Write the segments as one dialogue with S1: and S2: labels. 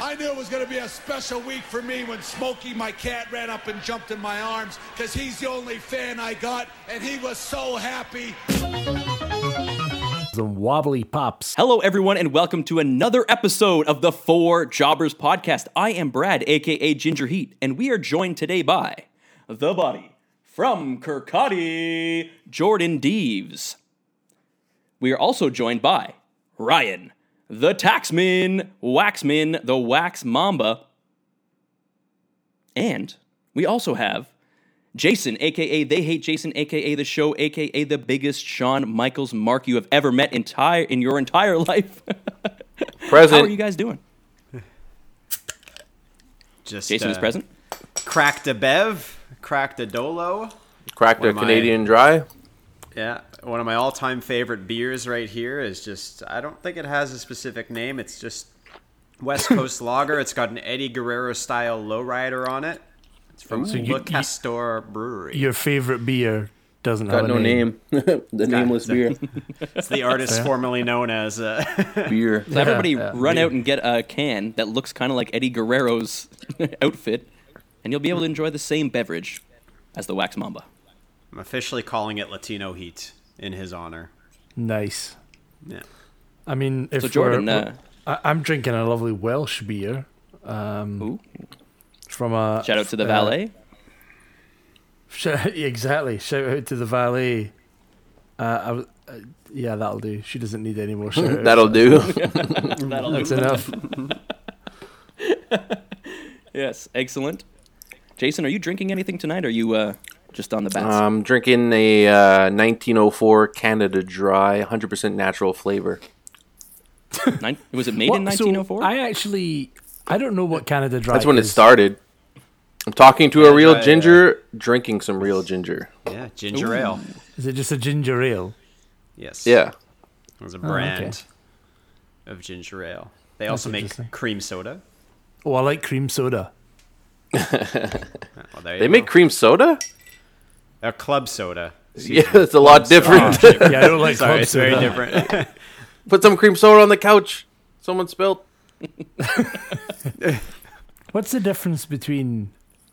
S1: I knew it was going to be a special week for me when Smokey, my cat, ran up and jumped in my arms because he's the only fan I got, and he was so happy.
S2: Some wobbly pops.
S3: Hello, everyone, and welcome to another episode of the Four Jobbers Podcast. I am Brad, aka Ginger Heat, and we are joined today by the body from Kirkcaldy, Jordan Deves. We are also joined by Ryan, the Taxman, Waxman, the Wax Mamba, and we also have Jason, aka They Hate Jason, aka the show, aka the biggest Shawn Michaels mark you have ever met entire in your entire life. How are
S4: Present.
S3: you guys doing?
S5: Just
S3: Jason is
S5: uh,
S3: present.
S5: Cracked a bev, cracked a dolo.
S4: Cracked
S5: What
S4: a
S5: am I?
S4: Canadian dry.
S5: Yeah, one of my all-time favorite beers right here is just—I don't think it has a specific name. It's just West Coast Lager. It's got an Eddie Guerrero-style lowrider on it. It's from
S6: you-
S5: Le
S6: you-
S5: Castor Brewery.
S6: Your favorite beer doesn't have
S4: Got no
S6: a name.
S4: name. the nameless beer.
S5: It's the artist formerly known as. Uh,
S4: beer.
S3: So everybody
S6: yeah,
S3: run
S6: yeah.
S3: out and get a can that looks kind of like Eddie Guerrero's outfit, and you'll be able to enjoy the same beverage as the Wax Mamba.
S5: I'm officially calling it Latino Heat in his honor.
S6: Nice.
S5: Yeah.
S6: I mean, if
S3: So Jordan,
S6: we're,
S3: uh,
S6: I, I'm drinking a lovely Welsh beer um,
S3: ooh,
S6: from a
S3: shout out to the
S6: uh,
S3: valet.
S6: sh- exactly. Shout out to the valet. Uh, I w uh, yeah, that'll do. She doesn't need any more shout outs.
S4: That'll do.
S6: That's enough.
S3: Yes, excellent. Jason, are you drinking anything tonight? Or are you uh, just on the bats?
S6: Uh,
S4: I'm Um, drinking a uh, 1904 Canada Dry, 100% natural flavor.
S3: Nin- was it made in
S6: What- so
S3: 1904?
S6: I actually, I don't know what Canada Dry.
S4: That's when it
S6: is.
S4: started. I'm talking to a real
S5: Dry, uh,
S4: ginger, drinking some real ginger.
S5: Yeah, ginger ale.
S6: Is it just a ginger ale?
S5: Yes.
S4: Yeah.
S5: It was a brand of ginger ale. They also
S6: interesting.
S5: make cream soda.
S6: Oh, I like cream soda.
S5: Well, Oh, there
S4: They
S5: you
S4: make
S5: go.
S4: cream soda?
S5: a club soda.
S4: Yeah, it's a lot different.
S6: Yeah, I don't like
S5: Sorry,
S6: club
S5: it's very
S6: soda.
S5: different.
S4: Put some cream soda on the couch. Someone spilled.
S6: What's the difference between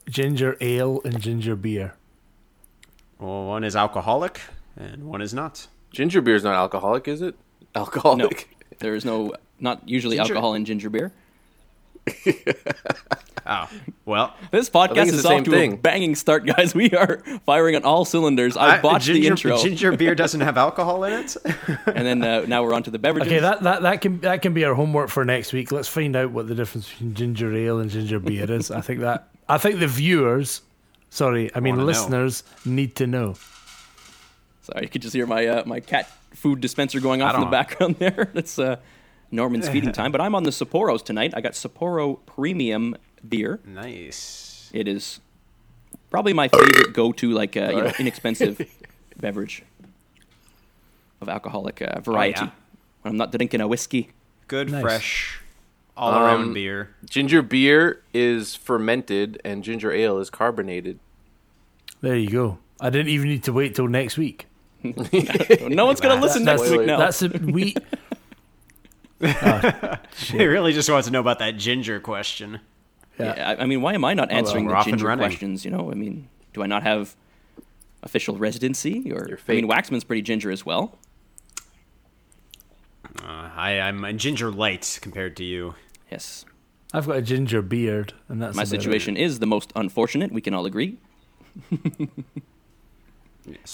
S6: ginger ale and ginger beer?
S5: well, one is alcoholic and one is not.
S4: Ginger beer's not alcoholic, is it?
S3: no,
S4: Alcoholic.
S3: there is no, not usually
S5: Ginger-
S3: alcohol in ginger beer.
S5: Oh, well,
S3: This
S4: think
S3: podcast
S4: it's
S3: is
S4: the
S3: off
S4: same
S3: to a
S4: thing.
S3: banging start, guys. We are firing on all cylinders. I, botched
S5: ginger,
S3: the intro,
S5: Ginger beer doesn't have alcohol in it.
S3: and then uh, now we're on to the beverages.
S6: Okay, that, that, that can that can be our homework for next week. Let's find out what the difference between ginger ale and ginger beer is. I think that I think the viewers, sorry, I mean
S5: Wanna know.
S6: listeners, need to know.
S3: Sorry, you could just hear my uh, my cat food dispenser going off in the
S5: don't-
S3: background there. That's uh, Norman's feeding time. But I'm on the Sapporos tonight. I got Sapporo Premium beer.
S5: nice.
S3: It is probably my favorite go-to, like uh, you know, inexpensive beverage of alcoholic uh, variety.
S5: yeah.
S3: When I'm not drinking a whiskey.
S5: Good,
S6: Nice.
S5: fresh, all around
S4: Um,
S5: beer.
S4: Ginger beer is fermented and ginger ale is carbonated.
S6: There you go. I didn't even need to wait till next week.
S3: No one's gonna listen
S6: That's
S3: next week now.
S6: that's a, we.
S5: He really just wants to know about that ginger question.
S3: Yeah, I I mean, why am I not answering
S5: we're
S3: the
S5: off and
S3: ginger
S5: running.
S3: questions? You know, I mean, do I not have official residency? Or
S4: You're
S3: I mean,
S4: fake.
S3: Waxman's pretty ginger as well.
S5: Uh, I, I'm a ginger light compared to you.
S3: Yes,
S6: I've got a ginger beard, and that's
S3: My
S6: about it.
S3: situation is the most unfortunate. We can all agree.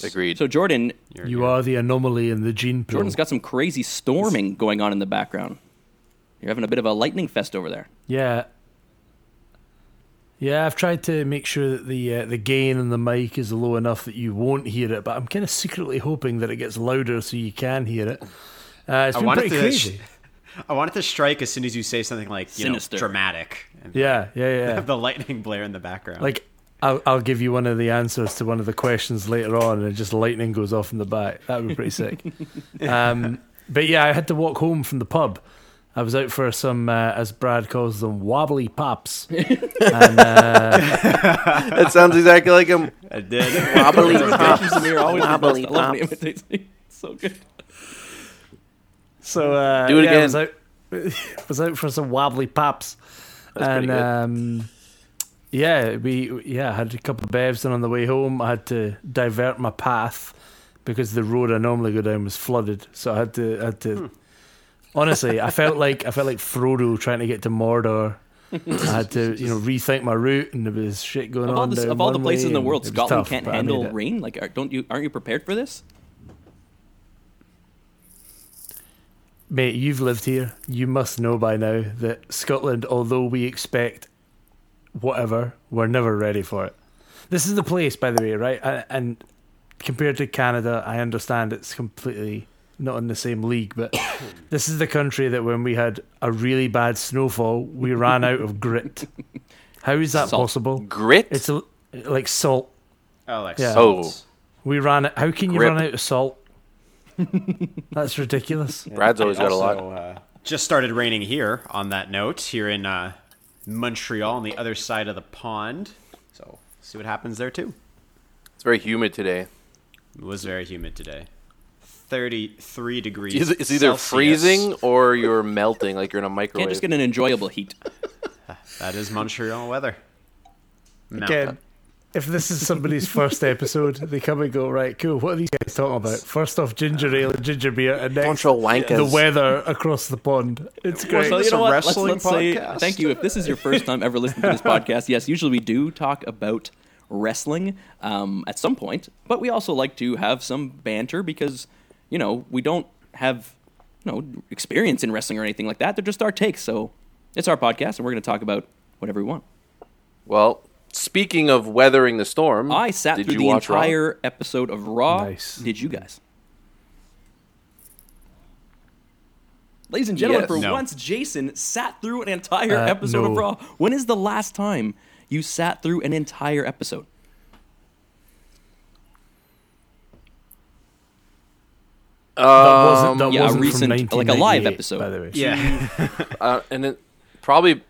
S4: Agreed.
S3: So Jordan,
S6: You are the anomaly in the gene pool.
S3: Jordan's got some crazy storming going on in the background. You're having a bit of a lightning fest over there.
S6: Yeah. Yeah, I've tried to make sure that the uh, the gain on the mic is low enough that you won't hear it, but I'm kind of secretly hoping that it gets louder so you can hear it. Uh, it's
S5: I
S6: been
S5: wanted
S6: pretty
S5: to-
S6: crazy.
S5: I wanted to strike as soon as you say something like you
S3: Sinister.
S5: know dramatic. And
S6: Yeah, yeah,
S5: Have
S6: yeah.
S5: the lightning blare in the background.
S6: like, I'll, I'll give you one of the answers to one of the questions later on, and just lightning goes off in the back. That would be pretty sick. Um, but yeah, I had to walk home from the pub. I was out for some, uh, as Brad calls them, wobbly pops.
S4: that sounds exactly like him.
S5: I did.
S4: Wobbly
S3: Imitations of me are always the best.
S4: Wobbly
S3: I love when
S4: pops.
S3: he imitates me. It's so good.
S6: So uh,
S4: Do it
S6: yeah, I
S4: again.
S6: was out, was out for some wobbly pops.
S4: That's pretty
S6: and
S4: good.
S6: um, yeah, we yeah I had a couple of bevs, and on the way home I had to divert my path because the road I normally go down was flooded, so I had to I had to.
S3: Hmm.
S6: Honestly, I felt like I felt like Frodo trying to get to Mordor. I had to, you know, rethink my route, and there was shit going
S3: Of all,
S6: on.
S3: this,
S6: down
S3: of all the
S6: one
S3: places
S6: way,
S3: in the
S6: and
S3: world,
S6: it was
S3: Scotland
S6: tough,
S3: can't
S6: but I made
S3: handle
S6: it. Oh,
S3: rain. Like, are, don't you? Aren't you prepared for this?
S6: Mate, you've lived here. You must know by now that Scotland, although we expect whatever, we're never ready for it. This is the place, by the way, right? And, and compared to Canada, I understand it's completely not in the same league, but this is the country that when we had a really bad snowfall, we ran out of grit. How is that
S3: Salt.
S6: possible?
S4: Grit.
S3: uh,
S6: It's a, like salt.
S5: Alex.
S6: Yeah.
S4: Oh.
S6: We ran. How can you
S4: Grip.
S6: run out of salt? That's ridiculous.
S4: Brad's always got a lot.
S5: Also, uh, just started raining here. On that note, here in uh, Montreal, on the other side of the pond. So see what happens there too.
S4: It's very humid today.
S5: It was very humid today. Thirty-three degrees.
S4: It's, it's either
S5: Celsius.
S4: freezing or you're melting, like you're in a microwave.
S3: Can't just get an enjoyable heat.
S5: That is Montreal weather. No.
S6: Again, if this is somebody's first episode, they come and go, right, cool, what are these guys talking about? First off, ginger ale and ginger beer, and next,
S4: Bunch of wankers.
S6: the weather across the pond. It's great.
S5: Well,
S3: So
S5: It's
S3: you know
S5: a
S3: what? Let's,
S5: wrestling
S3: let's say
S5: podcast.
S3: thank you. If this is your first time ever listening to this podcast, yes, usually we do talk about wrestling um, at some point, but we also like to have some banter because you know we don't have you know experience in wrestling or anything like that. They're just our takes. So it's our podcast, and we're going to talk about whatever we want.
S4: Well, speaking of weathering the storm,
S3: I sat
S4: did
S3: through
S4: you
S3: the
S4: watch Raw?
S3: entire episode of Raw.
S6: Nice.
S3: Did you guys? Ladies and gentlemen,
S4: Yes.
S3: for
S5: No.
S3: once, Jason sat through an entire
S6: Uh,
S3: episode of
S6: no.
S3: Raw. When is the last time you sat through an entire episode?
S6: that wasn't, that
S3: yeah, a
S6: wasn't
S3: recent- like a
S6: from
S3: live
S6: 1998,
S3: episode.
S6: Um, By the way.
S5: Yeah.
S4: Uh, and then probably,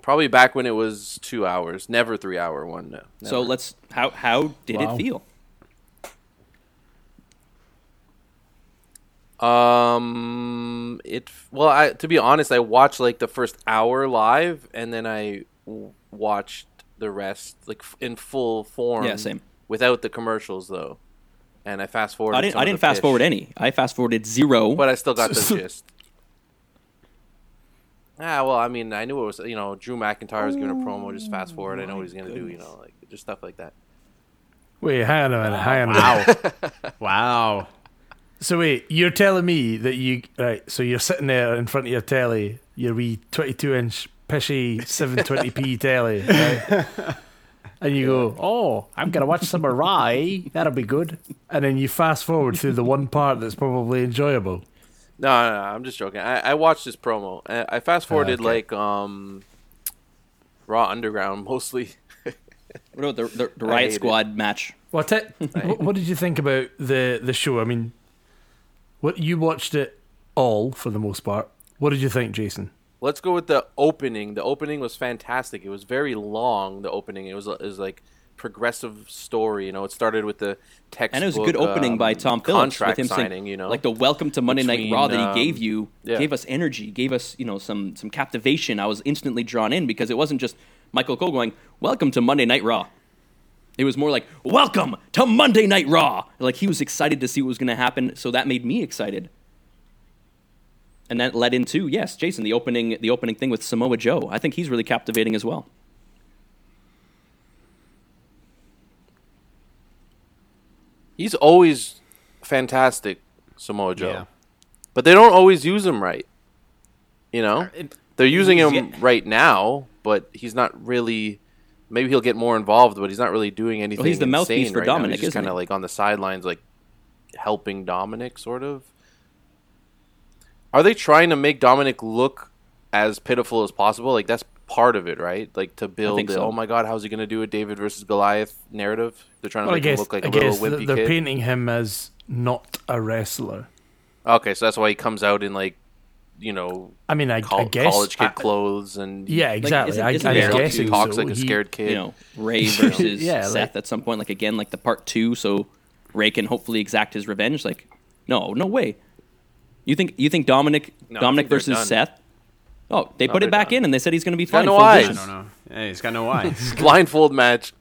S4: probably back when it was two hours, never three hour one. No,
S3: So
S4: never.
S3: let's how how did
S6: Wow.
S3: it feel?
S4: Um, it well, I to be honest, I watched like the first hour live, and then I w- watched the rest like f- in full form.
S3: Yeah, same.
S4: Without the commercials though, and I fast forwarded.
S3: I didn't
S4: some
S3: I
S4: of
S3: didn't
S4: the
S3: fast
S4: pitch,
S3: forward any. I fast forwarded zero.
S4: but I still got the
S6: So-
S4: gist. Ah, well, I mean, I knew it was you know Drew McIntyre was giving a promo. Just
S3: Oh
S4: fast forward. I know what he's gonna do. You know, like just stuff like that.
S6: Wait, hang on a minute, hang on a minute.
S5: wow. Wow.
S6: So wait, you're telling me that you right? So you're sitting there in front of your telly, your wee 22 inch pishy 720p telly, right? and you go, "Oh, I'm gonna watch some of Raw. eh? That'll be good." And then you fast forward through the one part that's probably enjoyable.
S4: No, no, no, I'm just joking. I, I watched this promo. I, I fast forwarded
S6: okay.
S4: like um, Raw Underground mostly.
S3: what about the, the, the
S4: hate
S3: Riot
S4: it.
S3: Squad match?
S6: What, what? What did you think about the the show? I mean, what you watched it all for the most part. What did you think, Jason?
S4: Let's go with the opening. The opening was fantastic. It was very long. The opening. It was it was like progressive story. You know, it started with the text
S3: And it was a good opening by Tom Phillips with
S4: um, contract
S3: him
S4: signing.
S3: saying,
S4: you know,
S3: like the welcome to Monday Night
S4: between,
S3: Raw that he gave
S4: um,
S3: you
S4: yeah.
S3: gave us energy, gave us you know some some captivation. I was instantly drawn in because it wasn't just Michael Cole going, "Welcome to Monday Night Raw." It was more like, "Welcome to Monday Night Raw." Like he was excited to see what was going to happen, so that made me excited. And that led into yes, Jason, the opening the opening thing with Samoa Joe. I think he's really captivating as well.
S4: he's always fantastic, Samoa Joe.
S5: Yeah.
S4: But they don't always use him right. You
S3: Uh,
S4: know,
S5: it-
S4: they're using
S5: he's
S4: him
S5: get-
S4: right now, but he's not really. Maybe he'll get more involved, but he's not really doing anything.
S3: the mouthpiece
S4: insane
S3: for
S4: right now.
S3: Dominic,
S4: He's just
S3: isn't
S4: kind of
S3: he?
S4: like on the sidelines, like helping Dominic, sort of. Are they trying to make Dominic look as pitiful as possible? Like that's part of it, right? Like to build
S3: think
S4: the
S3: so.
S4: oh my god, how's he going to do a David versus Goliath narrative? They're trying to
S6: Well, I
S4: make him
S6: guess
S4: look like
S6: I
S4: a little
S6: guess
S4: wimpy
S6: th- they're
S4: kid.
S6: painting him as not a wrestler.
S4: Okay, so that's why he comes out in like, you know,
S6: I mean, I, I
S4: col-
S6: guess
S4: college kid
S6: I-
S4: clothes and
S6: Yeah, exactly.
S3: isn't- isn't
S6: I,
S3: there
S6: I'm
S3: like
S6: guessing
S4: he talks
S6: so.
S4: like a
S6: He-
S4: scared kid.
S3: you know Ray versus
S6: Yeah, like-
S3: Seth at some point. Like again, like the part two, so Ray can hopefully exact his revenge. Like, no, no way. You think you think Dominic
S4: No, I
S3: Dominic
S4: think they're
S3: versus
S4: done.
S3: Seth Oh, they put
S4: they're
S3: it back
S4: not.
S3: in and they said he's going to be fine.
S4: no
S3: full
S4: eyes.
S5: I
S3: vision.
S5: don't know. Hey, he's got no eyes.
S4: Blindfold match.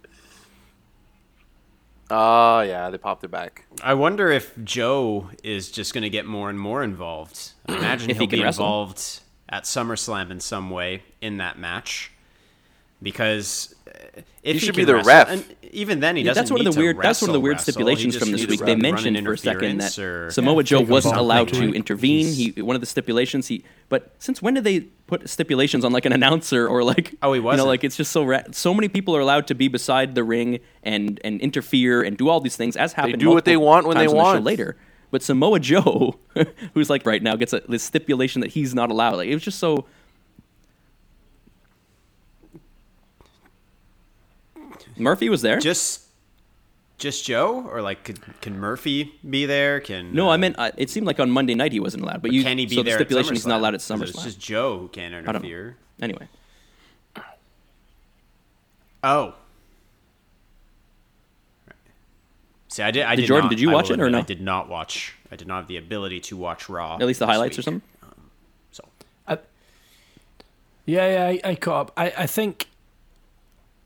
S4: Ah, yeah, they popped it back.
S5: I wonder if Joe is just going to get more and more involved. I imagine
S3: If he
S5: he'll
S3: can
S5: be
S3: wrestle.
S5: involved at SummerSlam in some way in that match because uh, if he,
S4: should
S5: can
S4: be the
S5: wrestle-
S4: ref.
S5: and even then he doesn't.
S3: that's one of
S5: need
S3: the
S5: to
S3: weird. That's one of the
S5: wrestle,
S3: weird
S5: wrestle. He
S3: stipulations
S5: just
S3: from this
S5: needs
S3: week.
S5: to
S3: They
S5: run
S3: mentioned for a second
S5: interference
S3: that
S5: or-
S3: Samoa Joe
S6: take a
S3: wasn't
S6: bump,
S3: allowed
S6: like,
S3: to
S6: like,
S3: intervene.
S6: he's-
S3: He one of the stipulations he. But since when did they put stipulations on like an announcer or like?
S5: Oh, he
S3: You know,
S5: wasn't.
S3: like it's just so ra- so many people are allowed to be beside the ring and and interfere and do all these things as happened.
S4: do what they
S3: multiple
S4: want when they
S3: times on the show
S4: want.
S3: later. But Samoa Joe, who's like right now, gets a, this stipulation that he's not allowed. Like it was just so. Murphy was there.
S5: Just, just Joe, or like could, can Murphy be there? Can
S3: No,
S5: uh,
S3: I meant uh, it seemed like on Monday night he wasn't allowed, but, you
S5: can he be
S3: so
S5: there?
S3: the
S5: at
S3: stipulation he's not
S5: SummerSlam?
S3: allowed at
S5: Because It's
S3: SummerSlam.
S5: just Joe who can't
S3: know.
S5: interfere.
S3: Anyway,
S5: Oh. See, I did. I did
S3: Jordan,
S5: not-
S3: did you
S5: I
S3: watch
S5: will
S3: it or
S5: admit,
S3: no?
S5: I did not watch. I did not have the ability to watch Raw.
S3: at least the
S5: this
S3: highlights or
S5: week.
S3: something.
S5: So
S6: Yeah, yeah, I, I caught up. I, I think,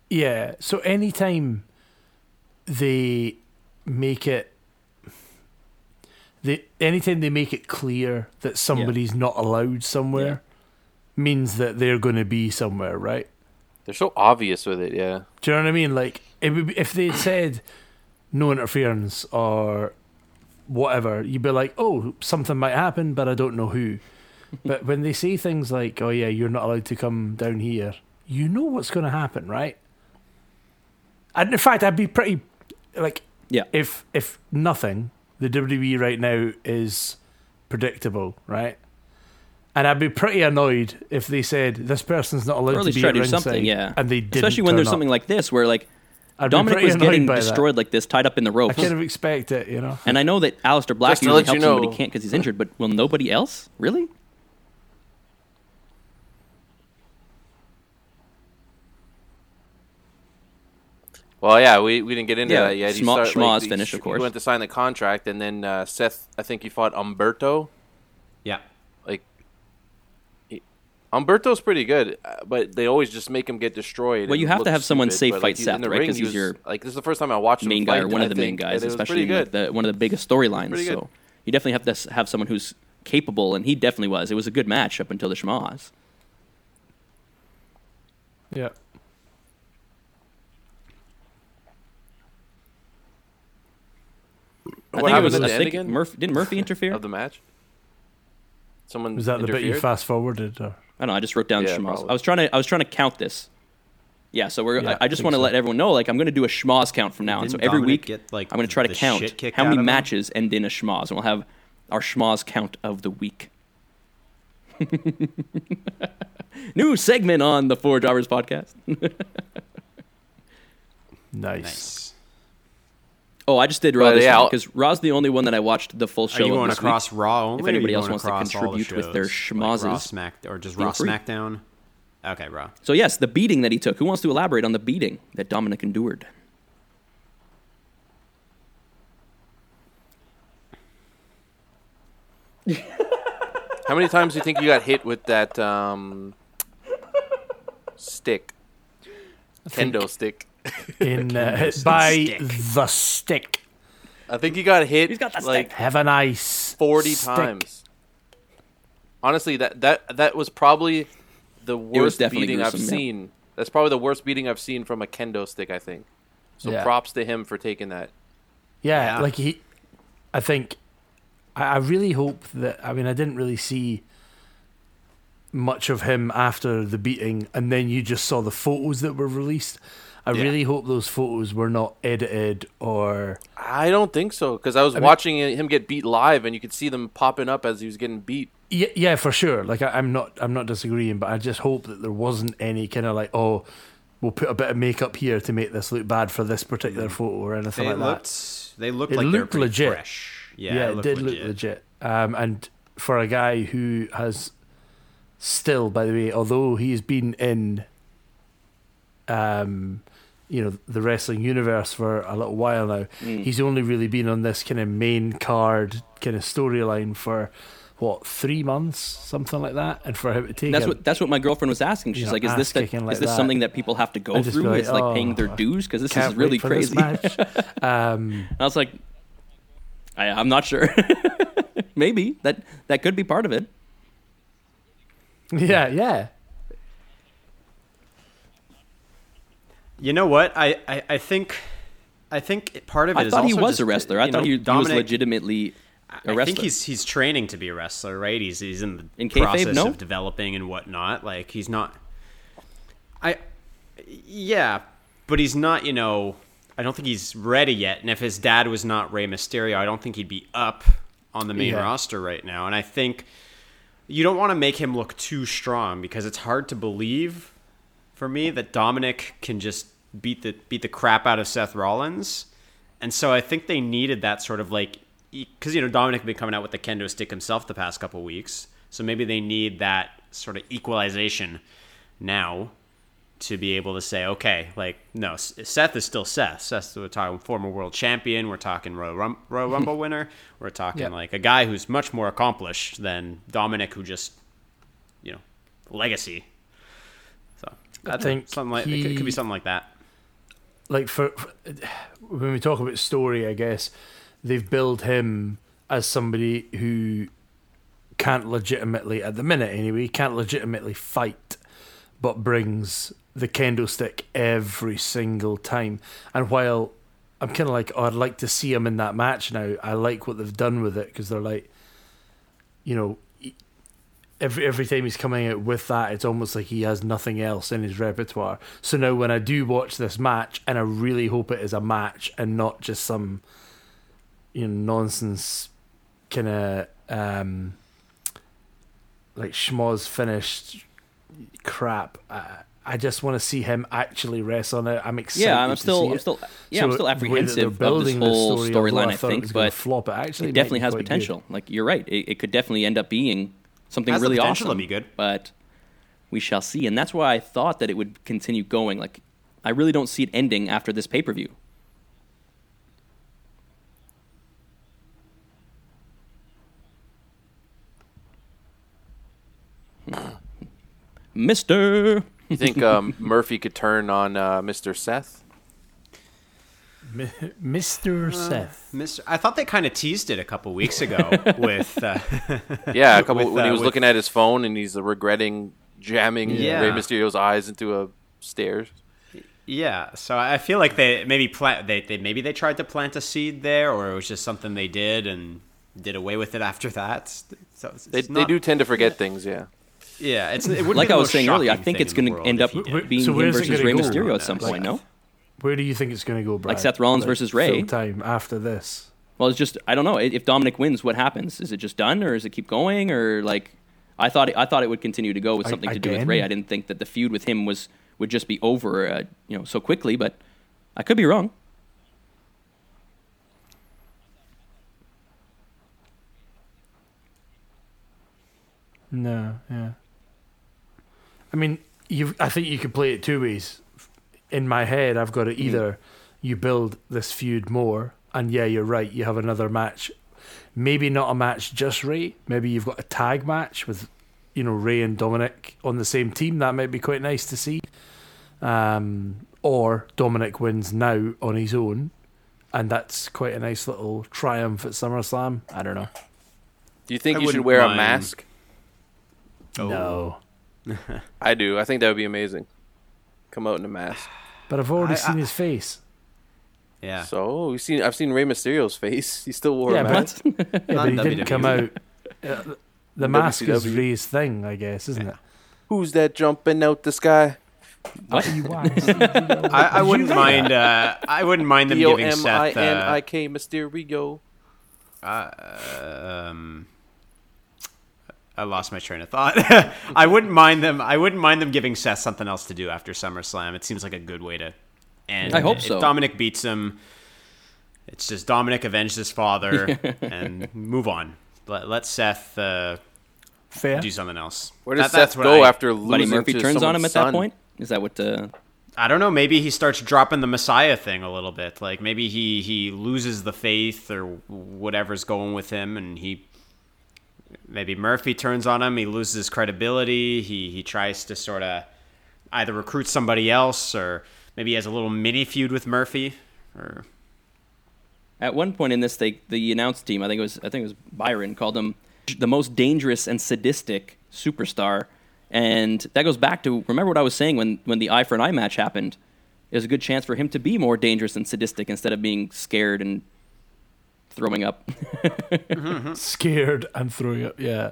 S6: yeah. So anytime they make it, they anytime they make it clear that somebody's not allowed somewhere, means that they're going to be somewhere, right?
S4: They're so obvious with it. Yeah,
S6: Do you know what I mean? Like it would be, if they had said no interference or whatever, you'd be like, oh, something might happen, but I don't know who. but when they say things like, oh yeah, you're not allowed to come down here, you know what's going to happen, right? And in fact, I'd be pretty like
S3: Yeah,
S6: if if nothing, the WWE right now is predictable, right? And I'd be pretty annoyed if they said this person's not allowed
S3: or at
S6: to
S3: least
S6: be
S3: try
S6: at
S3: to do
S6: ringside,
S3: something. Yeah,
S6: and they didn't.
S3: especially when
S6: turn
S3: there's
S6: up.
S3: something like this where like
S6: I'd be
S3: Dominic
S6: pretty
S3: was
S6: annoyed
S3: getting
S6: by that.
S3: destroyed like this, tied up in the
S6: I
S3: ropes.
S6: kind of expect it, you know.
S3: And I know that Alistair Black
S4: Just to
S3: usually
S4: let you
S3: helps him, but
S4: know.
S3: he can't because he's injured. But will nobody else really?
S4: Well, yeah, we, we didn't get into
S3: Yeah,
S4: that yet. He
S3: Schma-
S4: started,
S3: Schma's
S4: he-
S3: finish, of course.
S4: He went to sign the contract, and then uh, Seth, I think he fought Umberto.
S5: yeah,
S4: Like, he, Umberto's pretty good, uh, but they always just make him get destroyed.
S3: Well,
S4: and
S3: you have
S4: look
S3: to have someone
S4: stupid,
S3: safe
S4: but, like,
S3: fight
S4: he's-
S3: Seth,
S4: in the
S3: right?
S4: ring,
S3: 'Cause
S4: he
S3: he's
S4: was-
S3: your
S4: like this is the first time I watched him
S3: Main guy or
S4: fight,
S3: one
S4: I
S3: of the main
S4: think, and
S3: guys,
S4: it was
S3: especially in
S4: pretty good.
S3: like, the, one of the biggest storylines.
S4: Pretty good.
S3: So you definitely have to s- have someone who's capable, and he definitely was. It was a good match up until the schmas.
S6: Yeah.
S3: I
S4: What
S3: think it
S4: happened
S3: was.
S4: at
S3: I
S4: the end
S3: think
S4: again?
S3: Murphy, didn't Murphy interfere?
S4: of the match. Someone
S6: Was that the bit you
S4: interfered?
S6: fast forwarded? Or?
S3: I don't know. I just wrote down
S4: Yeah,
S3: schmoz.
S4: probably.
S3: I was trying to. I was trying to count this. Yeah. So we're.
S6: Yeah,
S3: I, I just
S6: think
S3: want to
S6: so.
S3: let everyone know. Like I'm going to do a schmoz count from now on. So
S5: Didn't
S3: every
S5: Dominic
S3: week,
S5: get, like,
S3: I'm going to try to
S5: the
S3: count
S5: shit kicked
S3: how
S5: out
S3: many
S5: of him?
S3: matches end in a schmoz, and we'll have our schmoz count of the week. New segment on the Four Jobbers podcast.
S6: Nice.
S5: nice.
S3: Oh, I just did Raw
S4: But
S3: this
S4: yeah, I'll-
S3: because Ra's the only one that I watched the full show.
S5: Are you
S3: of
S5: going
S3: this week.
S5: across Raw only? or are you
S3: anybody else
S5: going
S3: wants to
S5: across all the
S3: contribute with their
S5: shows? Like Raw
S3: schmozzes,
S5: Smack or just
S3: feel
S5: Raw
S3: free.
S5: SmackDown? Okay, Raw.
S3: So yes, the beating that he took. Who wants to elaborate on the beating that Dominic endured?
S4: How many times do you think you got hit with that um, stick? Kendo stick.
S6: In uh, by
S5: stick.
S6: the stick.
S4: I think you got hit.
S3: He's got that
S4: like
S3: stick.
S6: Have an ice.
S4: forty
S6: stick.
S4: times. Honestly, that that that was probably the worst
S3: definitely
S4: beating I've
S3: gruesome, yeah.
S4: seen. That's probably the worst beating I've seen from a kendo stick. I think. So
S6: Yeah.
S4: props to him for taking that.
S6: Yeah,
S5: Yeah.
S6: like he, I think, I, I really hope that. I mean, I didn't really see much of him after the beating, and then you just saw the photos that were released. I really hope those photos were not edited or
S4: I don't think so because I was watching him get beat live, and you could see them popping up as he was getting beat.
S6: Yeah, yeah, for sure. Like I, I'm not, I'm not disagreeing, but I just hope that there wasn't any kind of like, oh, we'll put a bit of makeup here to make this look bad for this particular photo or anything
S5: They
S6: like
S5: looked.
S6: that.
S5: They looked
S6: It
S5: like they're
S6: looked
S5: pretty
S6: legit.
S5: fresh. Yeah,
S6: Yeah, it
S5: looked
S6: did look legit. Um, and for a guy who has still, by the way, although he's been in, um, you know, the wrestling universe for a little
S3: Hmm.
S6: while now, he's only really been on this kind of main card kind of storyline for what three months, something like that, and for him to take
S3: That's
S6: a-
S3: what that's what my girlfriend was asking. She's
S6: know,
S3: like, "Is
S6: ass
S3: this the,
S6: kicking like
S3: is this
S6: that.
S3: something that people have to go
S6: I'd just be
S3: through?
S6: like,
S3: it's like paying
S6: "Oh,
S3: their dues because this
S6: Can't
S3: is
S6: wait
S3: really
S6: for this
S3: crazy." And
S6: match. um,
S3: I was like, I, "I'm not sure. Maybe that that could be part of it."
S6: yeah, yeah.
S5: You know what? I, I, I think I think part of it
S3: I
S5: is
S3: thought he
S5: also
S3: was
S5: just,
S3: a wrestler. I
S5: you
S3: thought
S5: know,
S3: he, he was
S5: Dominic-
S3: legitimately a
S5: I think
S3: wrestler.
S5: he's he's training to be a wrestler, right? He's he's in the
S3: In kayfabe,
S5: process
S3: no?
S5: of developing and whatnot. Like he's not. I, yeah, but he's not. You know, I don't think he's ready yet. And if his dad was not Rey Mysterio, I don't think he'd be up on the main
S6: Yeah.
S5: roster right now. And I think you don't want to make him look too strong because it's hard to believe for me that Dominic can just beat the beat the crap out of Seth Rollins, and so I think they needed that sort of like because you know Dominic had been coming out with the kendo stick himself the past couple weeks, so maybe they need that sort of equalization now to be able to say okay, like no, S- Seth is still Seth. Seth, we're talking former world champion, we're talking Royal, Rum- Royal Rumble winner, we're talking
S6: Yep.
S5: like a guy who's much more accomplished than Dominic, who just you know legacy. So I
S6: think
S5: think something like it, could, it could
S6: he-
S5: be something like that.
S6: like for, for when we talk about story, I guess they've billed him as somebody who can't legitimately, at the minute anyway, can't legitimately fight, but brings the kendo stick every single time. And while I'm kind of like, oh, I'd like to see him in that match now. I like what they've done with it because they're like, you know, he- every every time he's coming out with that, it's almost like he has nothing else in his repertoire. So now, when I do watch this match, and I really hope it is a match and not just some, you know, nonsense kind of um, like schmoz finished crap. I, I just want to see him actually wrestle now. I'm excited.
S3: yeah, I'm
S6: to see
S3: still, I'm
S6: it.
S3: still, yeah,
S6: So
S3: I'm still
S6: the way that they're
S3: apprehensive of this
S6: building the
S3: whole
S6: story of
S3: storyline.
S6: what
S3: I
S6: thought it
S3: think,
S6: was gonna
S3: but
S6: flop. It actually
S3: it
S6: might
S3: definitely
S6: be
S3: has
S6: quite good.
S3: potential. Like you're right, it, it could definitely end up being something
S5: Has the
S3: really
S5: potential to
S3: awesome.
S5: be good.
S3: but we shall see. And that's why I thought that it would continue going. Like I really don't see it ending after this pay per view. Mister,
S4: You think um, Murphy could turn on uh, Mr. Seth?
S6: Mr. Seth.
S5: Mister, I thought they kind of teased it a couple weeks ago with uh,
S4: Yeah, a couple
S5: With,
S4: when
S5: uh,
S4: he was
S5: with-
S4: looking at his phone and he's regretting jamming
S5: Yeah.
S4: Rey Mysterio's eyes into a stairs.
S5: yeah. So I feel like they maybe plant they, they maybe they tried to plant a seed there, or it was just something they did and did away with it after that. So it's-
S4: They,
S5: it's
S4: they
S5: not-
S4: do tend to forget things. Yeah,
S5: Yeah, it's it would
S3: like I was saying earlier, I think it's going to end up being
S6: So
S3: him
S6: where's it
S3: versus
S6: gonna
S3: Rey
S6: go?
S3: Mysterio at some
S5: Like-
S3: point. No,
S6: Where do you think it's going to go, Brad?
S3: Seth Rollins versus Rey?
S6: full time after this.
S3: Well, it's just I don't know. I- If Dominic wins, what happens? Is it just done, or is it keep going, or like I thought? It, I thought it would continue to go with
S6: I-
S3: something to do with
S6: again?
S3: Ray. I didn't think that the feud with him was would just be over, uh, you know, so quickly. But I could be wrong.
S6: No, yeah. I mean, you. I think you could play it two ways. In my head, I've got it either you build this feud more, and yeah, you're right. You have another match, maybe not a match just Ray. Maybe you've got a tag match with, you know, Ray and Dominic on the same team. That might be quite nice to see. Um, or Dominic wins now on his own, and that's quite a nice little triumph at SummerSlam. I don't know.
S4: do you think
S5: I
S4: you should
S5: wouldn't
S4: wear a
S5: mind.
S4: mask?
S6: No,
S4: I do. I think that would be amazing. Come out in a mask.
S6: but I've already
S5: I-
S6: seen
S5: I-
S6: his face.
S5: Yeah,
S4: So we've seen. I've seen Rey Mysterio's face. He still wore
S6: Yeah,
S4: a
S6: but-
S4: mask.
S6: Yeah,
S5: Not E.
S6: but he
S5: WWE.
S6: didn't come out. Uh, the mask is
S4: WCW.
S6: Ray's thing, I guess, isn't it?
S4: Who's that jumping out the sky?
S3: What?
S5: I, I wouldn't mind. Uh, I wouldn't mind them
S4: D O
S5: giving
S4: M I
S5: Seth.
S4: N
S5: Uh,
S4: I K Mysterio.
S5: I lost my train of thought. I wouldn't mind them. I wouldn't mind them giving Seth something else to do after SummerSlam. It seems like a good way to end.
S3: I hope
S5: it.
S3: so.
S5: If Dominic beats him, it's just Dominic avenged his father and move on. Let, let Seth uh,
S6: Fair.
S5: do something else.
S4: Where does
S5: That- that's
S4: Seth
S5: what
S4: go
S5: I,
S4: after losing
S3: Buddy Murphy
S4: to
S3: turns on
S4: someone's
S3: him at
S4: son?
S3: that point. Is that what? Uh,
S5: I don't know. Maybe he starts dropping the Messiah thing a little bit. Like maybe he he loses the faith or whatever's going with him, and he maybe Murphy turns on him. He loses his credibility. He he tries to sort of either recruit somebody else or maybe he has a little mini feud with Murphy. Or
S3: At one point in this, they the announced team, I think it was I think it was Byron, called him the most dangerous and sadistic superstar, and that goes back to remember what I was saying when when the eye for an eye match happened. There's a good chance for him to be more dangerous and sadistic instead of being scared and throwing up.
S6: scared and throwing up. Yeah.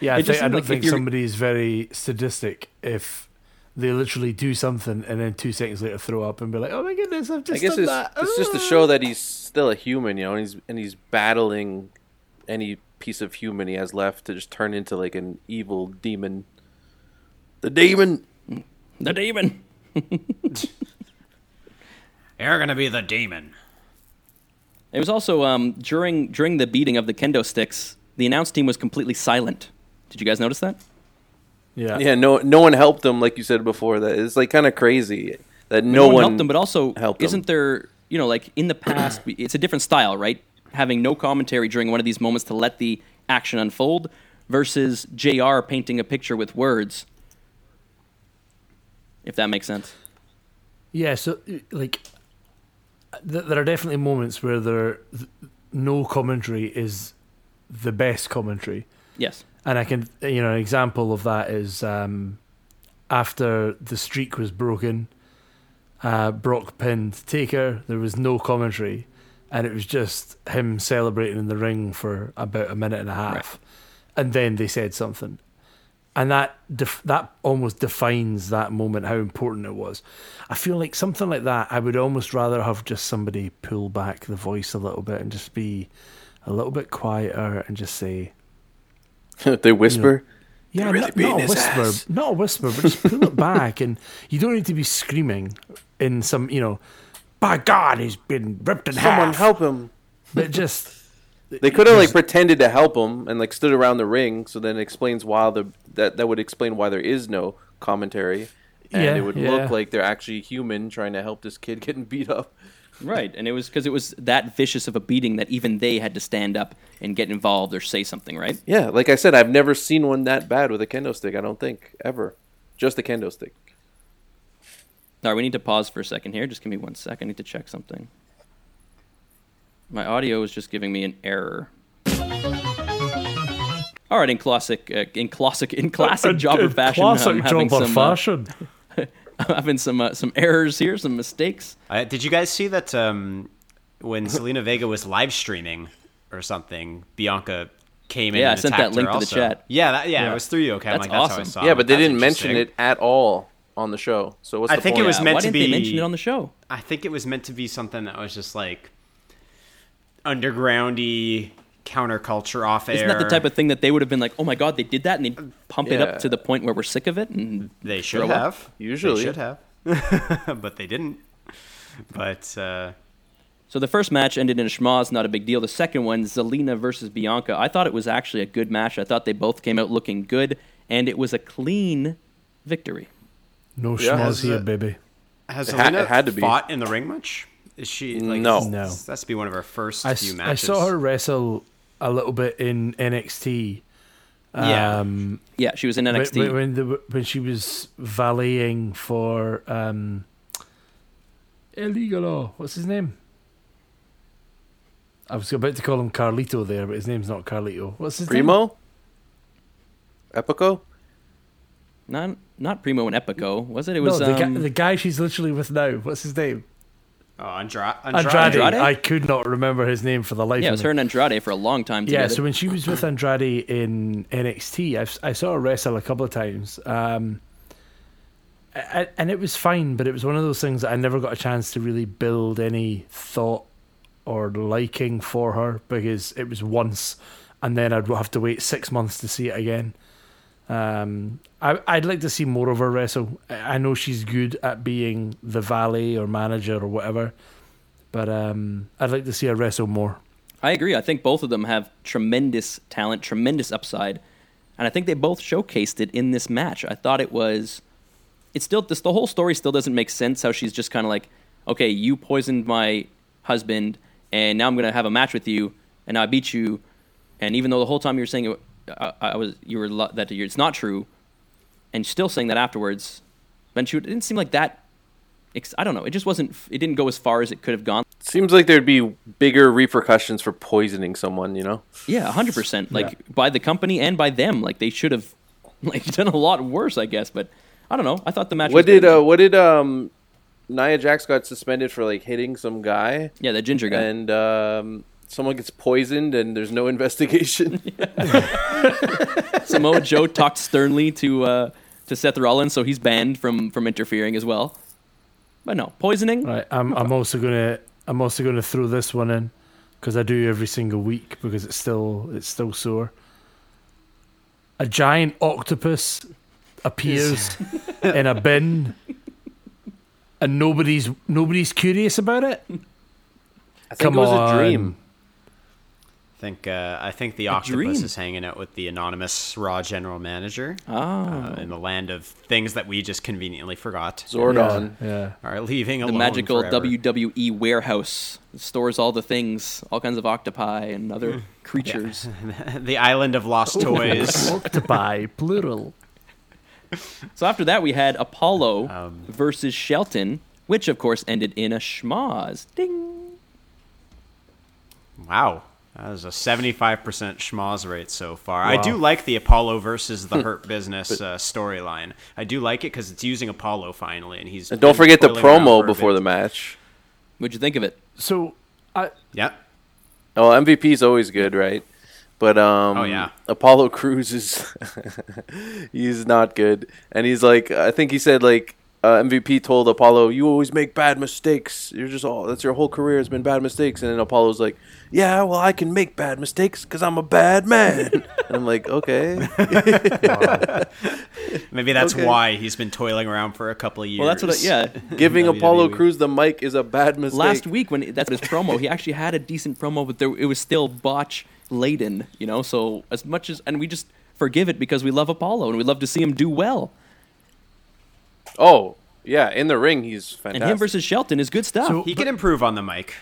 S6: yeah, I,
S3: It
S6: think, I
S3: just seemed
S6: don't
S3: like if
S6: think
S3: you're-
S6: somebody is very sadistic if they literally do something and then two seconds later throw up and be like, "Oh my goodness, I've
S4: I
S6: just
S4: guess
S6: done
S4: it's,
S6: that."
S4: it's just to
S6: Ah."
S4: show that he's still a human, you know, and he's and he's battling any piece of human he has left to just turn into like an evil demon. The demon.
S3: the demon.
S5: you're gonna be the demon.
S3: It was also um, during during the beating of the kendo sticks. The announce team was completely silent. Did you guys notice that?
S6: Yeah.
S4: Yeah, no no one helped him like you said before. That it's like kind of crazy that no,
S3: no
S4: one
S3: one helped them, but also
S4: helped
S3: isn't
S4: them.
S3: there you know like in the past we- it's a different style, right? Having no commentary during one of these moments to let the action unfold versus Jr. painting a picture with words. If that makes sense.
S6: Yeah, so y- like, th- there are definitely moments where there th- no commentary is the best commentary,
S3: Yes.
S6: and I can you know an example of that is um, after the streak was broken, uh, Brock pinned Taker. There was no commentary, and it was just him celebrating in the ring for about a minute and a half, and then they said something, and that def- that almost defines that moment how important it was. I feel like something like that. I would almost rather have just somebody pull back the voice a little bit and just be a little bit quieter and just say.
S4: they whisper.
S6: Yeah,
S4: really
S6: not,
S4: beating
S6: not a
S4: his
S6: whisper,
S4: ass.
S6: not a whisper, but just pull it back, and you don't need to be screaming in some, you know, by God, he's been ripped in
S4: Someone
S6: half.
S4: help him.
S6: But just
S4: They could have like pretended to help him and like stood around the ring, so then it explains why the that that would explain why there is no commentary, and
S6: Yeah,
S4: it would
S6: yeah.
S4: look like they're actually human trying to help this kid getting beat up.
S3: Right, and it was because it was that vicious of a beating that even they had to stand up and get involved or say something, right?
S4: Yeah, like I said, I've never seen one that bad with a kendo stick. I don't think ever, just a kendo stick.
S3: All right, we need to pause for a second here. Just give me one second. I need to check something. My audio is just giving me an error. All right, in classic, uh, in classic, in classic jobber fashion, I'm having some, uh, I'm having some uh, some errors here, some mistakes.
S5: Uh, did you guys see that um, when Selena Vega was live streaming or something, Bianca came in.
S3: Yeah, I
S5: and
S3: sent
S5: attacked
S3: that link
S5: her
S3: to the
S5: also.
S3: chat.
S5: Yeah, that, yeah,
S3: Yeah.
S5: it was through you. Okay, I'm
S3: That's
S5: like, that's
S3: awesome.
S5: how I saw
S4: yeah,
S5: it.
S4: but they
S5: Um, That's
S4: didn't mention
S5: interesting.
S4: it at all on the show. So what's
S5: I
S4: the
S5: think it
S4: point?
S5: was
S3: Yeah,
S5: meant
S3: Uh, why
S5: to
S3: didn't they mention
S5: be-
S3: it on the show?
S5: I think it was meant to be something that was just like undergroundy counterculture off air.
S3: Isn't that the type of thing that they would have been like, "Oh my God, they did that," and they pump it
S4: Yeah.
S3: up to the point where we're sick of it? And
S5: they should
S3: throw up?
S5: have?
S4: Usually.
S5: they should have, but they didn't. But uh,
S3: So the first match ended in a schmoz, not a big deal. The second one, Zelina versus Bianca. I thought it was actually a good match. I thought they both came out looking good, and it was a clean victory.
S6: No
S4: Yeah.
S6: schmoz here,
S5: it-
S6: baby.
S5: has
S4: It ha-
S5: Selena
S4: it had to be.
S5: fought in the ring much? Is she like
S4: No.
S6: No.
S5: That's to be one of her first
S6: I,
S5: few
S6: s- I
S5: matches.
S6: saw her wrestle a little bit in NXT.
S5: Yeah,
S6: Um,
S3: Yeah, she was in
S6: when-
S3: NXT.
S6: When, when, the, when she was valeting for um, Illegalo. What's his name? I was about to call him Carlito there, but his name's not Carlito. What's his name?
S4: Primo, Epico.
S3: Not not Primo and Epico, was it? It
S6: No,
S3: was
S6: the,
S3: um,
S6: guy, the guy she's literally with now. What's his name?
S5: oh, Andra- Andrade.
S6: Andrade.
S3: Andrade?
S6: I could not remember his name for the life
S3: yeah, it
S6: of
S3: was
S6: me.
S3: her and Andrade for a long time together.
S6: Yeah, so when she was with Andrade in NXT, I've, si saw her wrestle a couple of times. Um, a- a- and it was fine, but it was one of those things that I never got a chance to really build any thought or liking for her because it was once, and then I'd have to wait six months to see it again. Um, I, I'd like to see more of her wrestle. I I know she's good at being the valet or manager or whatever, but um, I'd like to see her wrestle more.
S3: I agree. I think both of them have tremendous talent, tremendous upside, and I think they both showcased it in this match. I thought it was. It's still this. The whole story still doesn't make sense. How she's just kind of like, okay, you poisoned my husband, and now I'm gonna have a match with you, and I beat you, And even though the whole time you were saying it, I, I was you were lo- that you're, it's not true, and still saying that afterwards, Manchu, it didn't seem like that. ex- I don't know. It just wasn't. f- It didn't go as far as it could have gone.
S4: Seems like there'd be bigger repercussions for poisoning someone, you know?
S3: Yeah, hundred percent. Like by the company and by them. Like they should have like done a lot worse, I guess. But I don't know. I thought the match.
S4: What
S3: was
S4: did
S3: good.
S4: uh what did um Nia Jax got suspended for like hitting some guy
S3: yeah that ginger guy?
S4: and um someone gets poisoned and there's no investigation.
S3: Samoa Joe talked sternly to uh, to Seth Rollins, so he's banned from from interfering as well. But no, poisoning.
S6: Right, I'm I'm also gonna I'm also gonna throw this one in because I do every single week because it's still it's still sore. A giant octopus appears in a bin, and nobody's nobody's curious about it.
S4: I think
S6: Come
S4: it was
S6: on,
S4: a dream.
S5: I think uh, I think the
S3: dream.
S5: octopus is hanging out with the anonymous Raw general manager uh,
S3: Oh.
S5: in the land of things that we just conveniently forgot.
S4: Zordon.
S6: Yeah,
S5: Are leaving
S3: the
S5: alone
S3: magical
S5: forever.
S3: WWE warehouse It stores all the things, all kinds of octopi and
S4: Mm.
S3: other creatures.
S5: the island of lost
S3: Oh
S5: toys.
S6: octopi plural.
S3: So after that, we had Apollo versus Shelton, which of course ended in a schmoz. Ding.
S5: Wow. That is a 75% schmoz rate so far. I do like the Apollo versus
S3: Hmm.
S5: the Hurt Business uh, storyline. I do like it because it's using Apollo finally, and he's.
S4: And don't forget the
S5: toiling around for
S4: promo
S5: a
S4: before the
S5: bit.
S4: match.
S3: What'd you think of it?
S6: So, I
S5: Yeah.
S4: Oh, MVP is always good, right? But um,
S5: Oh, yeah.
S4: Apollo Cruz is he's not good, and he's like I think he said like uh, MVP told Apollo, "You always make bad mistakes. You're just all that's your whole career has been bad mistakes." And then Apollo's like, "Yeah, well, I can make bad mistakes because I'm a bad man." and I'm like, "Okay,
S5: Maybe that's
S4: Okay.
S5: why he's been toiling around for a couple of years.
S3: Well, that's what. I, yeah,
S4: giving
S5: WWE.
S4: Apollo Cruz the mic is a bad mistake."
S3: E. last week when that's his promo, he actually had a decent promo, but there, it was still botch laden, you know. So as much as and we just forgive it because we love Apollo and we love to see him do well.
S4: Oh yeah, in the ring he's fantastic.
S3: And him versus Shelton is good stuff.
S6: So-
S5: He can improve on the mic.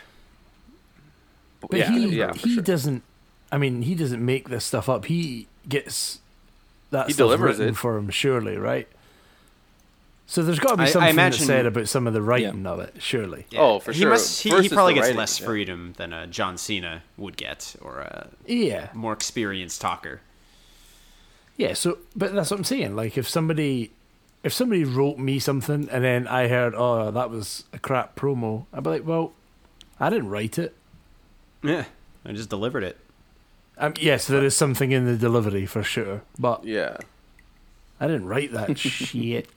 S6: But
S4: Yeah,
S6: he
S4: yeah, for
S6: he
S4: sure.
S6: doesn't. I mean, he doesn't make this stuff up. He gets that
S4: He
S6: stuff
S4: delivers
S6: written
S4: it.
S6: for him, surely, right? So there's got to be
S5: I- I
S6: something that's
S5: imagine-
S6: said about some of the writing of it, surely.
S4: Oh, for
S5: he
S4: sure.
S5: Must, he,
S4: First
S5: he
S4: it's
S5: probably
S4: the
S5: gets
S4: writing,
S5: less
S4: yeah.
S5: freedom than a John Cena would get, or a
S6: Yeah,
S5: more experienced talker.
S6: yeah. So, but that's what I'm saying. Like, if somebody, if somebody wrote me something and then I heard, oh, that was a crap promo, I'd be like, well, I didn't write it.
S5: Yeah. I just delivered it.
S6: Um, yes, there is something in the delivery for sure, but
S4: Yeah.
S6: I didn't write that shit.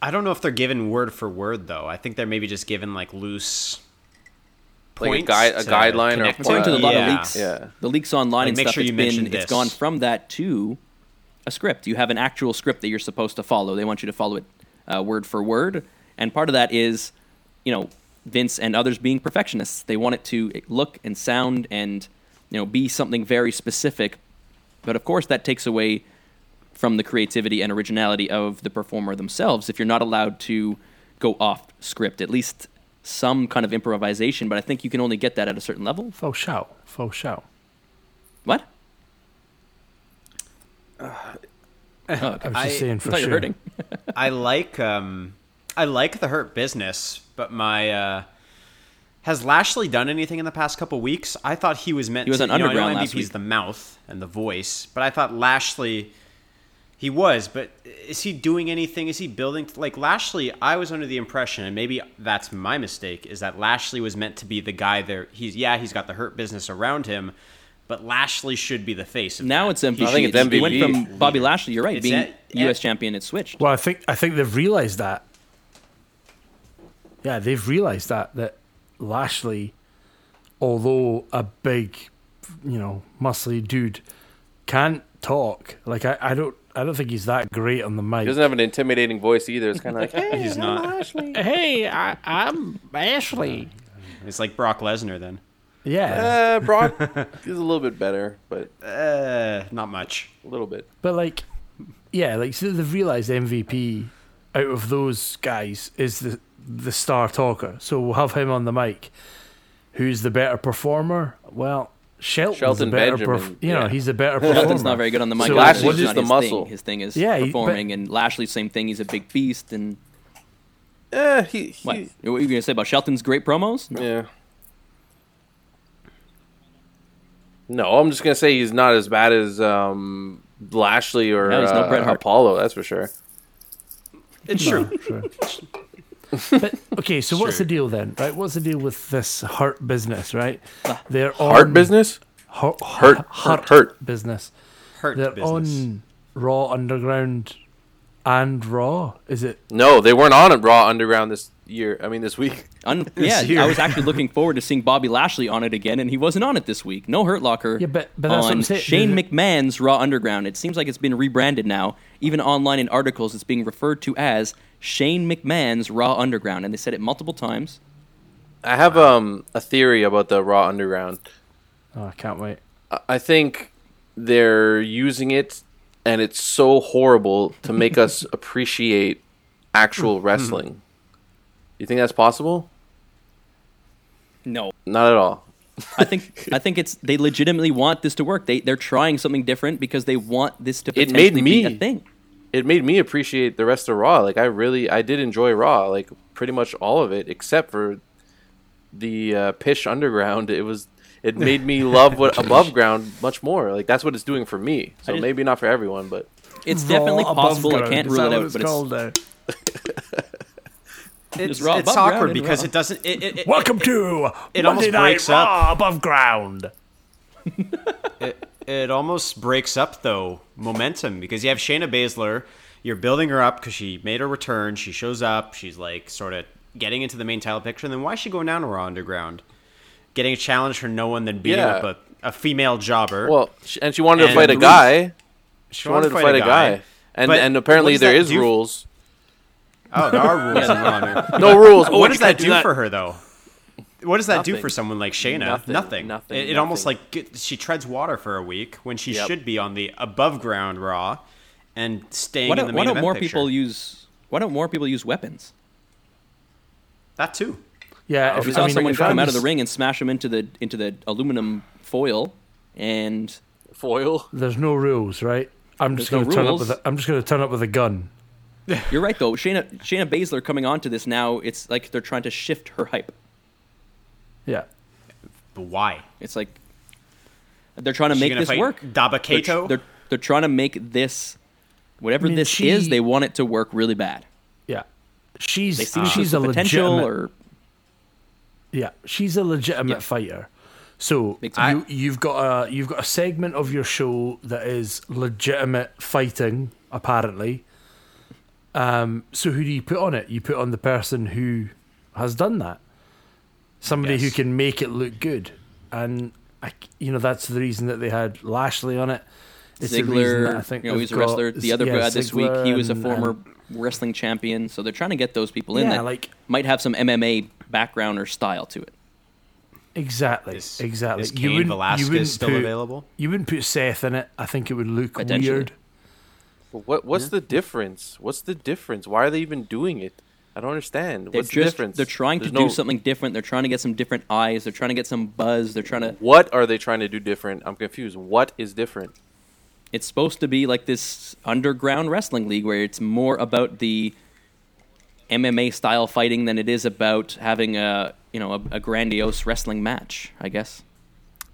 S5: I don't know if they're given word for word though. I think they're maybe just given like loose
S4: Like a,
S5: points
S4: gui- a
S5: to
S4: guideline or
S5: connect
S3: According to the lot
S5: Yeah.
S3: of leaks,
S4: Yeah.
S3: the leaks online
S5: Like,
S3: and
S5: make
S3: stuff,
S5: sure you
S3: it's
S5: mention
S3: been it's
S5: this.
S3: gone from that to a script. You have an actual script that you're supposed to follow. They want you to follow it uh, word for word, and part of that is, you know, Vince and others being perfectionists. They want it to look and sound and you know be something very specific, but of course that takes away from the creativity and originality of the performer themselves if you're not allowed to go off script at least some kind of improvisation but i think you can only get that at a certain level
S6: Faux shout, faux shout.
S3: what
S6: I was just
S5: I-
S6: saying for
S3: I thought
S6: sure.
S3: you were hurting.
S5: I like um I like the hurt business, but my uh has Lashley done anything in the past couple weeks? I thought he was meant
S3: He was
S5: to
S3: on
S5: you know, I know
S3: Underground last
S5: MVP's
S3: week.
S5: the mouth and the voice, but I thought Lashley he was, but is he doing anything? Is he building like Lashley? I was under the impression, and maybe that's my mistake, is that Lashley was meant to be the guy there. He's yeah, he's got the hurt business around him, but Lashley should be the face of
S3: Now
S5: that.
S3: it's MVP.
S4: I think it's
S3: It went
S4: MVP.
S3: from Bobby Lashley. You're right.
S5: It's
S3: being
S5: that-
S3: U.S.
S5: yeah.
S3: champion, it switched.
S6: Well, I think I think they've realised that. Yeah, they've realised that that Lashley, although a big, you know, muscly dude, can't talk. Like I, I don't I don't think he's that great on the mic.
S4: He doesn't have an intimidating voice either. It's kind of like, hey,
S5: he's not.
S6: hey, I, I'm Ashley.
S5: It's like Brock Lesnar then.
S6: Yeah,
S4: uh, Brock is a little bit better, but
S5: Uh, not much.
S4: a little bit.
S6: but like, yeah, like so they've realised MVP out of those guys is the the star talker. So we'll have him on the mic. Who's the better performer? Well, Shelton's
S4: Shelton
S6: a better
S4: Benjamin,
S6: perf- you know,
S4: yeah.
S6: he's a better performer.
S3: Shelton's not very good on the mic.
S6: So
S4: Lashley's
S6: what
S4: just
S6: is-
S4: the muscle.
S3: His thing is
S6: Yeah, he- but-
S3: performing, and Lashley, same thing. He's a big beast. And
S4: Eh, he, he-
S3: what? What were you gonna say about Shelton's great promos? No.
S4: yeah. No, I'm just gonna say he's not as bad as um, Lashley or
S3: No, he's no
S4: uh,
S3: Bret Hart.
S4: Apollo. That's for sure.
S5: It's true.
S6: Sure. but okay, so what's the deal then? Right, what's the deal with this heart business? Right, they're
S4: Hard
S3: Hmm.
S6: on-
S4: business.
S6: Ho-
S4: Hurt, hurt, hurt.
S6: business.
S5: Hurt
S6: They're
S5: business.
S6: on Raw Underground and Raw. Is it?
S4: No, they weren't on it Raw Underground this year. I mean, this week.
S3: Un- yeah,
S5: year.
S3: I was actually looking forward to seeing Bobby Lashley on it again, and he wasn't on it this week. No Hurt Locker.
S6: Yeah, but- but that's what
S3: on
S6: I'm saying.
S3: Shane
S6: There's
S3: McMahon's Raw Underground. It seems like it's been rebranded now. Even online in articles, it's being referred to as Shane McMahon's Raw Underground, and they said it multiple times.
S4: I have um a theory about the Raw Underground.
S6: Oh, I can't wait.
S4: I- I think they're using it, and it's so horrible to make us appreciate actual wrestling. You think that's possible?
S3: No,
S4: Not at all.
S3: I think I think it's they legitimately want this to work. They they're trying something different because they want this to
S4: It
S3: potentially
S4: made
S3: be
S4: me-
S3: a thing.
S4: It made me appreciate the rest of Raw. Like I really, I did enjoy Raw. Like pretty much all of it, except for the uh, Pish Underground. It was. It made me love what above ground much more. Like that's what it's doing for me. So
S3: just-
S4: maybe not for everyone, but
S3: It's definitely
S6: Raw above
S3: possible. I
S6: ground.
S3: can't
S6: Is that
S3: rule it
S6: what
S3: out, but it's,
S6: called now?
S5: It's,
S3: Raw
S5: it's
S3: above ground
S5: awkward
S3: and
S5: because
S3: Raw.
S5: it doesn't. It, it, it,
S6: Welcome
S5: it,
S6: to
S5: it almost
S6: Monday Night
S5: breaks up.
S6: Raw above ground.
S5: it almost breaks up though momentum because you have Shayna Baszler, you're building her up because she made her return. She shows up, she's like sort of getting into the main title picture. And then why is she going down to Raw Underground, getting a challenge from no one, then beating
S4: Yeah.
S5: up a, a female jobber?
S4: well, she, and she wanted to
S5: And
S4: fight a
S5: Ruth-
S4: guy. She wanted to fight, a guy, and
S5: But
S4: and
S5: what
S4: apparently
S5: does
S4: there
S5: that
S4: is
S5: do-
S4: rules.
S5: Oh, there are rules in Raw. Underground.
S4: No rules. Oh,
S5: what
S4: you
S5: does that
S4: can't
S5: do for her though? What does that do
S4: Nothing.
S5: for someone like Shayna?
S4: Nothing. Nothing.
S5: It, it almost
S4: Nothing.
S5: like get, she treads water for a week when she
S4: Yep.
S5: should be on the above ground Raw and staying
S3: why
S5: in the
S3: don't,
S5: main
S3: why don't
S5: event
S3: more
S5: picture.
S3: people use why don't more people use weapons?
S5: that too?
S6: Yeah,
S3: If you saw someone
S6: if
S3: come
S6: I
S3: out of the
S6: was-
S3: ring and smash them into the into the aluminum foil, and
S4: Foil.
S6: There's no rules, right? I'm just going
S3: There's no
S6: to turn up
S3: rules.
S6: with. A, I'm just going to turn up with a gun.
S3: you're right though. Shayna Shayna Baszler coming onto this now, it's like they're trying to shift her hype.
S6: Yeah.
S5: But why?
S3: It's like they're trying to
S5: She
S3: make
S5: gonna
S3: this
S5: fight
S3: work.
S5: Daba
S3: They're,
S5: Kato?
S3: they're they're trying to make this whatever
S6: mean,
S3: this
S6: she-
S3: is. They want it to work really bad.
S6: Yeah.
S3: They
S6: She's
S3: see
S6: she's a
S3: the potential
S6: legitimate,
S3: or
S6: yeah, she's a legitimate fighter. So
S3: Makes
S6: you, you've got a you've got a segment of your show that is legitimate fighting, apparently. Um, so who do you put on it? You put on the person who has done that, somebody who
S5: Yes.
S6: can make it look good, and I c you know that's the reason that they had Lashley on it. It's the reason that
S3: Ziggler.
S6: I think
S3: you know,
S6: they've
S3: he's a
S6: got-
S3: wrestler. The other
S6: yeah,
S3: guy this week,
S6: Ziggler
S3: he was a
S6: and-
S3: former
S6: and-
S3: wrestling champion. So they're trying to get those people in
S6: Yeah,
S3: that
S6: like-
S3: might have some MMA background or style to it.
S6: exactly,
S5: Is-
S6: exactly.
S5: Is Cain
S6: wouldn't-
S5: Velasquez
S6: wouldn't
S5: still
S6: put-
S5: available?
S6: You wouldn't put Seth in it. I think it would look
S3: Potentially.
S6: weird.
S4: What what's the difference? What's the difference? Why are they even doing it? I don't understand.
S3: They're
S4: What's the
S3: just
S4: difference?
S3: they're trying
S4: There's
S3: to do
S4: no-
S3: something different. They're trying to get some different eyes. They're trying to get some buzz. They're trying to.
S4: What are they trying to do different? I'm confused. What is different?
S3: It's supposed to be like this underground wrestling league where it's more about the MMA style fighting than it is about having a you know a, a grandiose wrestling match. I guess.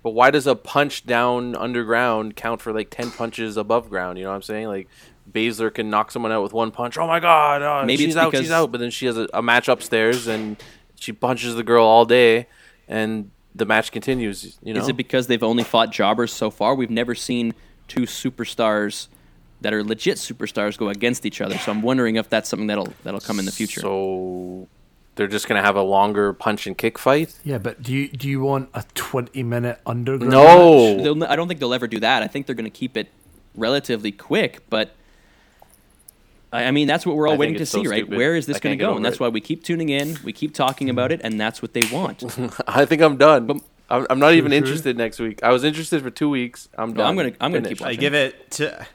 S4: But why does a punch down underground count for like ten punches above ground? You know what I'm saying? Like Baszler can knock someone out with one punch. Oh my god! Oh,
S3: Maybe
S4: she's
S3: it's
S4: out.
S3: because-
S4: She's out. But then she has a, a match upstairs and she punches the girl all day, and the match continues. You know,
S3: Is it because they've only fought jobbers so far? We've never seen two superstars that are legit superstars go against each other. So I'm wondering if that's something that'll that'll come in the future.
S4: so they're just gonna have a longer punch and kick fight.
S6: Yeah, but do you do you want a twenty minute underground?
S4: No.
S3: They'll, I don't think they'll ever do that. I think they're going to keep it relatively quick, but I I mean that's what we're all
S4: I think
S3: waiting to
S4: it's so
S3: see, right?
S4: stupid.
S3: Where is this
S4: I
S3: going
S4: can't
S3: to
S4: get
S3: go?
S4: over
S3: And that's
S4: it.
S3: why we keep tuning in, we keep talking about it, and that's what they want. So
S4: I think I'm done. I'm, I'm not even
S6: sure?
S4: interested next week. I was interested for two weeks. I'm done.
S3: I'm going to I'm going to keep
S4: Finished.
S5: I
S3: watching.
S5: give it to.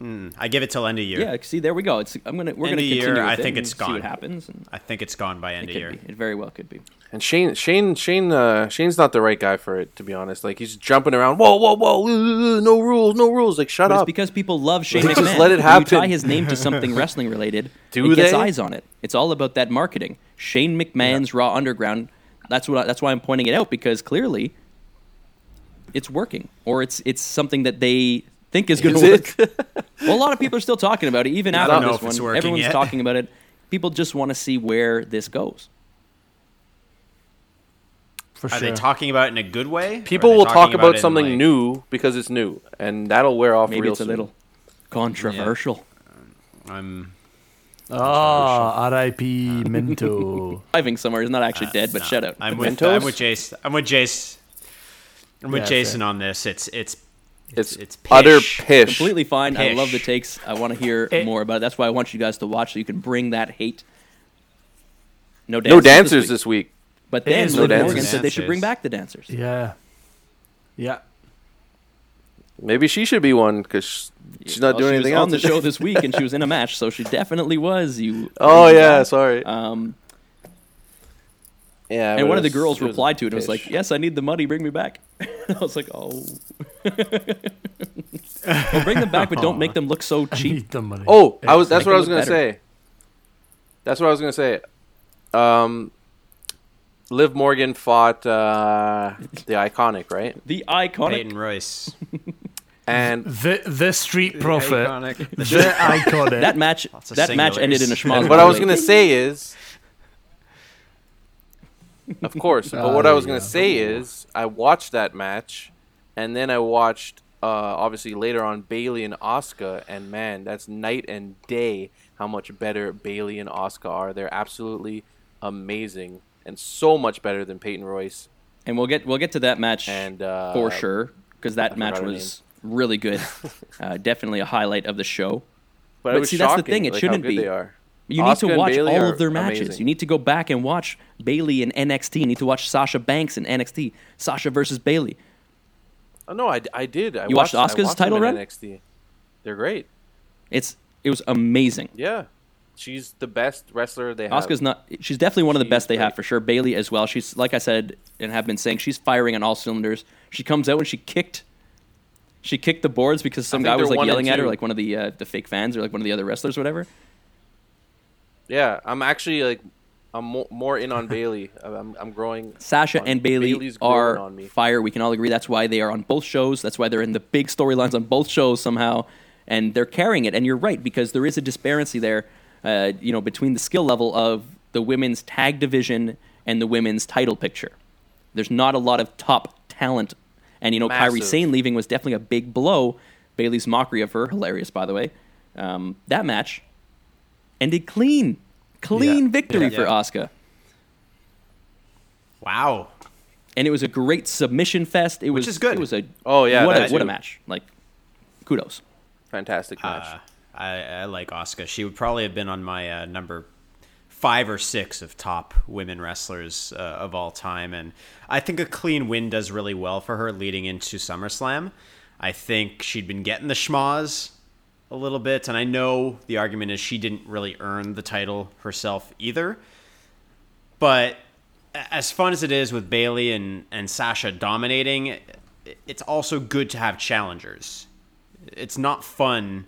S5: hmm, I give it till end of year.
S3: Yeah, see, there we go. It's I'm gonna we're gonna
S5: End of year,
S3: continue. with
S5: I
S3: it
S5: think
S3: and
S5: it's
S3: See
S5: gone.
S3: what happens. and
S5: I think it's gone by
S3: it
S5: end of
S3: could
S5: year.
S3: be. It very well could be.
S4: And Shane, Shane, Shane, uh, Shane's not the right guy for it, to be honest. Like he's jumping around. Whoa, whoa, whoa! uh, No rules, no rules. Like shut
S3: But it's
S4: up.
S3: because people love Shane
S4: Just
S3: McMahon.
S4: let it
S3: When You tie
S4: happen.
S3: his name to something wrestling related.
S4: Do
S3: it gets
S4: they?
S3: eyes on it. It's all about that marketing. Shane McMahon's Raw Underground. That's what. I, that's why I'm pointing it out because clearly, it's working, or it's it's something that they think is going
S4: Is
S3: to work.
S4: it?
S3: Well, a lot of people are still talking about it, even
S5: I
S3: after
S5: don't know
S3: this
S5: if it's
S3: one.
S5: working
S3: Everyone's
S5: yet.
S3: talking about it. People just want to see where this goes.
S6: for
S5: Are
S6: sure.
S5: they talking about it in a good way?
S4: People will talk about, something
S5: new.
S4: new because it's new, and that'll wear off
S3: Maybe
S4: real
S3: it's a
S4: soon.
S3: little controversial.
S5: I'm
S6: Ah, R.I.P. Minto.
S3: I think somewhere he's not actually dead, but shout out.
S5: I'm with
S4: Mentos?
S5: I'm with Jace. I'm with Jace. I'm with
S6: Yeah,
S5: Jason on this. It's it's
S4: It's,
S5: It's pish.
S4: utter pish.
S3: completely fine. I
S5: Pish.
S3: love the takes. I want to hear
S6: It-
S3: more about it. That's why I want you guys to watch so you can bring that hate. No dancers.
S4: no
S3: this
S4: dancers
S3: week.
S4: this week.
S3: But
S6: It
S3: then
S6: is
S4: no
S3: Liv
S4: dancers.
S3: Morgan said they should
S5: Dancers.
S3: bring back the dancers.
S6: yeah, yeah.
S4: Maybe she should be one because she's not
S3: Well,
S4: doing
S3: oh, she
S4: anything
S3: was on
S4: else
S3: the show this week, and she was in a match, so she definitely was. You.
S4: oh yeah, sorry.
S3: Um,
S4: yeah. but
S3: and one
S4: it
S3: of the
S4: was-
S3: girls
S4: it was
S3: replied to it and was
S4: pish.
S3: like, "Yes, I need the money. Bring me back." I was like, "Oh." well, bring them back, but don't make them look so cheap.
S6: Need the money.
S4: Oh, I
S6: Yeah.
S4: was. That's
S3: make
S4: what
S3: it
S4: I was
S3: look
S4: gonna
S3: better.
S4: say. That's what I was gonna say. Um, Liv Morgan fought uh, the iconic, right?
S3: The iconic.
S5: Peyton Royce.
S4: And
S6: the the street prophet, the
S5: Iconic.
S6: iconic.
S3: That match.
S5: Lots of
S3: That match ended
S5: singulars.
S3: in a schmoz.
S4: what I was gonna say is, of course. But what I
S6: Oh,
S4: was gonna
S6: yeah.
S4: say is, I watched that match, and then I watched. Uh, obviously, later on, Bailey and Oscar, and man, that's night and day how much better Bailey and Oscar are. They're absolutely amazing and so much better than Peyton Royce
S3: and we'll get we'll get to that match
S4: and uh,
S3: for sure because that
S4: forgot
S3: match
S4: her
S3: was really good. uh, definitely a highlight of the show.
S4: But,
S3: But
S4: it was
S3: see, that's the
S4: shocking,
S3: thing, it
S4: like,
S3: shouldn't
S4: how
S3: be.
S4: good They are.
S3: You
S4: Asuka
S3: need to
S4: and
S3: watch
S4: Bayley
S3: all
S4: are
S3: of their matches.
S4: amazing.
S3: You need to go back and watch Bailey in NXT. You need to watch Sasha Banks in NXT. Sasha versus Bailey.
S4: Oh, no, I, I did. I
S3: You watched
S4: I
S3: Asuka's
S4: them
S3: title
S4: in
S3: run?
S4: NXT. They're great.
S3: It's it was amazing.
S4: Yeah, she's the best wrestler they have.
S3: Oscar's not. She's definitely one of the
S4: She's
S3: best they have
S4: great.
S3: for sure. Bailey as well. She's like I said and have been saying she's firing on all cylinders. She comes out and she kicked. She kicked the boards because some
S4: think
S3: guy was
S4: they're
S3: like
S4: one and
S3: yelling at her,
S4: two.
S3: like one of the uh, the fake fans or like one of the other wrestlers, or whatever.
S4: Yeah, I'm actually like, I'm mo- more in on Bailey. I'm I'm growing.
S3: Sasha
S4: on-
S3: and Bailey
S4: Bayley's growing
S3: are
S4: on me.
S3: fire. We can all agree that's why they are on both shows. That's why they're in the big storylines on both shows somehow, and they're carrying it. And you're right because there is a disparity there, uh, you know, between the skill level of the women's tag division and the women's title picture. There's not a lot of top talent, and you know, Kyrie
S4: Massive.
S3: Sane leaving was definitely a big blow. Bailey's mockery of her, hilarious by the way. Um, that match ended clean, clean
S6: Yeah.
S3: victory
S5: Yeah.
S3: for
S5: Yeah.
S3: Asuka.
S5: Wow.
S3: and it was a great submission fest. It was
S5: is good.
S3: It was a
S4: Oh, yeah,
S3: what a,
S4: that
S3: what a
S4: too.
S3: match! Like kudos.
S4: Fantastic
S3: Ah.
S4: match.
S5: Uh, I, I like Oscar. She would probably have been on my uh, number five or six of top women wrestlers uh, of all time, and I think a clean win does really well for her leading into SummerSlam. I think she'd been getting the schmas a little bit, and I know the argument is she didn't really earn the title herself either, but a- as fun as it is with Bailey and and Sasha dominating. i- It's also good to have challengers it's not fun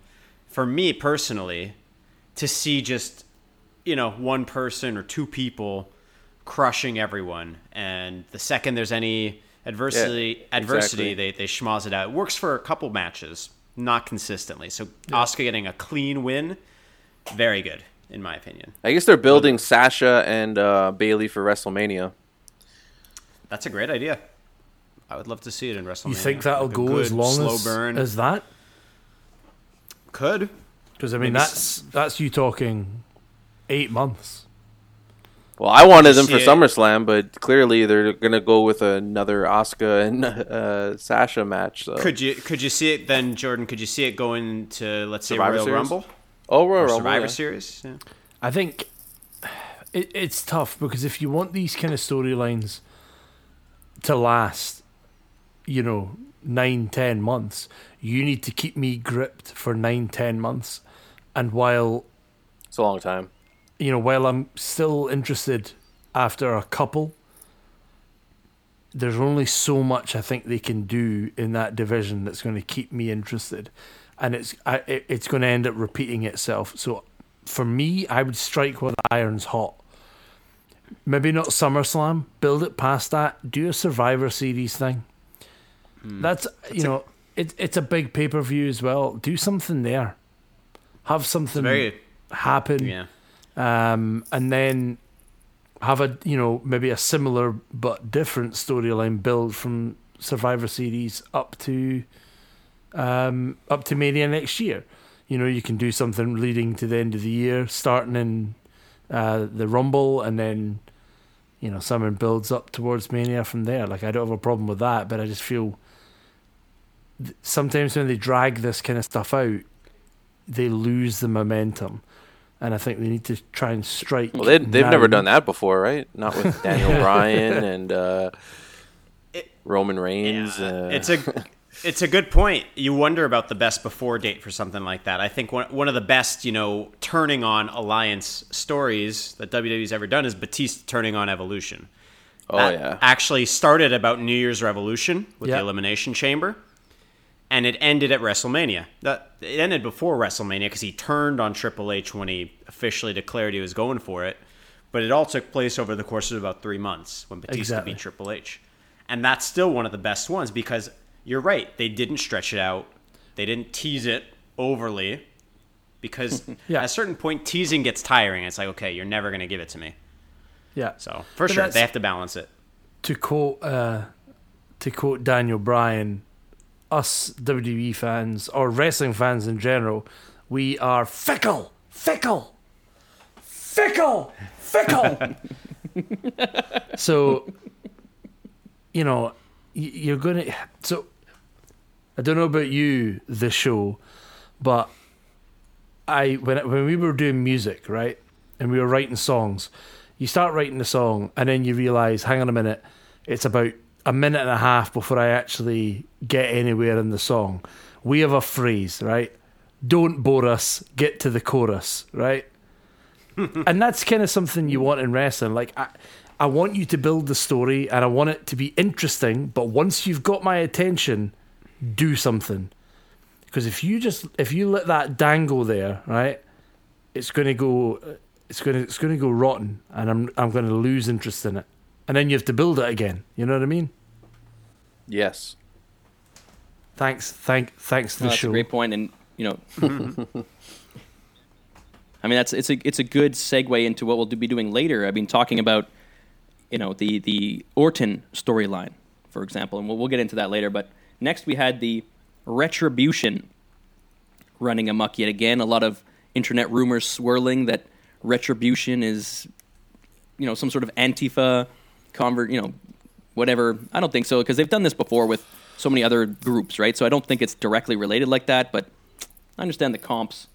S5: for me personally to see just you know one person or two people crushing everyone and the second there's any adversity adversity
S4: exactly.
S5: they they schmoz it out it works for a couple matches not consistently so oscar getting a clean win very good in my opinion
S4: I guess they're building Sasha and uh, Bailey for WrestleMania.
S5: that's a great idea i would love to see it in wrestlemania
S6: you think that'll
S5: Like a
S6: go as
S5: good
S6: long
S5: slow
S6: as,
S5: burn
S6: as that?
S5: could
S6: Because I mean,
S5: Maybe
S6: that's that's you talking eight months.
S4: Well, I wanted them
S5: see
S4: for
S5: it.
S4: SummerSlam, but clearly they're gonna go with another Oscar and uh, Sasha match. So.
S5: could you could you see it then jordan could you see it going to let's say
S4: Survivor
S5: royal
S4: Series?
S5: rumble
S4: oh, Royal
S5: Or
S4: Rumble,
S5: Survivor
S4: yeah.
S5: Series. Yeah.
S6: I think it, it's tough because if you want these kind of storylines to last, you know, nine, ten months. You need to keep me gripped for nine, ten months. And while
S4: It's a long time.
S6: you know, while I'm still interested after a couple, there's only so much I think they can do in that division that's going to keep me interested, and it's I, it, it's going to end up repeating itself. So, for me, I would strike while the iron's hot. Maybe not SummerSlam. Build it past that. Do a Survivor Series thing.
S5: Hmm.
S6: That's you know, it's it's a big pay per view as well. Do something there. Have something
S5: very-
S6: happen
S5: Yeah.
S6: um, and then have a you know maybe a similar but different storyline build from Survivor Series up to um, up to Mania next year. You know, you can do something leading to the end of the year, starting in uh, the Rumble, and then you know someone builds up towards Mania from there. Like I don't have a problem with that, but I just feel th- sometimes when they drag this kind of stuff out, they lose the momentum. And I think they need to try and strike.
S4: Well, they, they've
S6: now.
S4: never done that before, right? Not with Daniel Bryan and uh,
S5: It-
S4: Roman Reigns. uh,
S5: it's a it's a good point. You wonder about the best before date for something like that. I think one one of the best, you know, turning on alliance stories that WWE's ever done is Batista turning on Evolution.
S4: oh
S5: that
S4: yeah.
S5: actually started about New Year's Revolution with
S6: Yeah.
S5: the Elimination Chamber, and it ended at WrestleMania. That it ended before WrestleMania because he turned on Triple H when he officially declared he was going for it. But it all took place over the course of about three months when Batista
S6: Exactly.
S5: beat Triple H, and that's still one of the best ones because you're right they didn't stretch it out, they didn't tease it overly, because
S6: Yeah.
S5: at a certain point teasing gets tiring. It's like okay, you're never gonna give it to me.
S6: Yeah.
S5: So for
S6: But
S5: sure
S6: that's-
S5: they have to balance it.
S6: to quote uh, to quote Daniel Bryan, us WWE fans or wrestling fans in general, we are fickle, fickle, fickle, fickle. so, you know, y- you're gonna. So, I don't know about you, the show, but I when when we were doing music, right, and we were writing songs, you start writing the song, and then you realize, hang on a minute, it's about a minute and a half before I actually get anywhere in the song. We have a phrase, right? Don't bore us. Get to the chorus, right? and that's kind of something you want in wrestling. Like I, I want you to build the story, and I want it to be interesting. But once you've got my attention, do something. Because if you just if you let that dangle there, right, it's going to go, it's going to it's going to go rotten, and I'm I'm going to lose interest in it, and then you have to build it again. You know what I mean?
S4: yes.
S6: Thanks, thank thanks to
S3: No,
S6: the
S3: that's a
S6: show.
S3: great point, and you know, I mean that's it's a it's a good segue into what we'll do, be doing later. I mean, talking about you know the the Orton storyline, for example, and we'll, we'll get into that later. But next we had the Retribution running amok yet again. A lot of internet rumors swirling that Retribution is you know some sort of Antifa convert, you know, whatever. I don't think so because they've done this before with so many other groups, right? So I don't think it's directly related like that, but I understand the comps.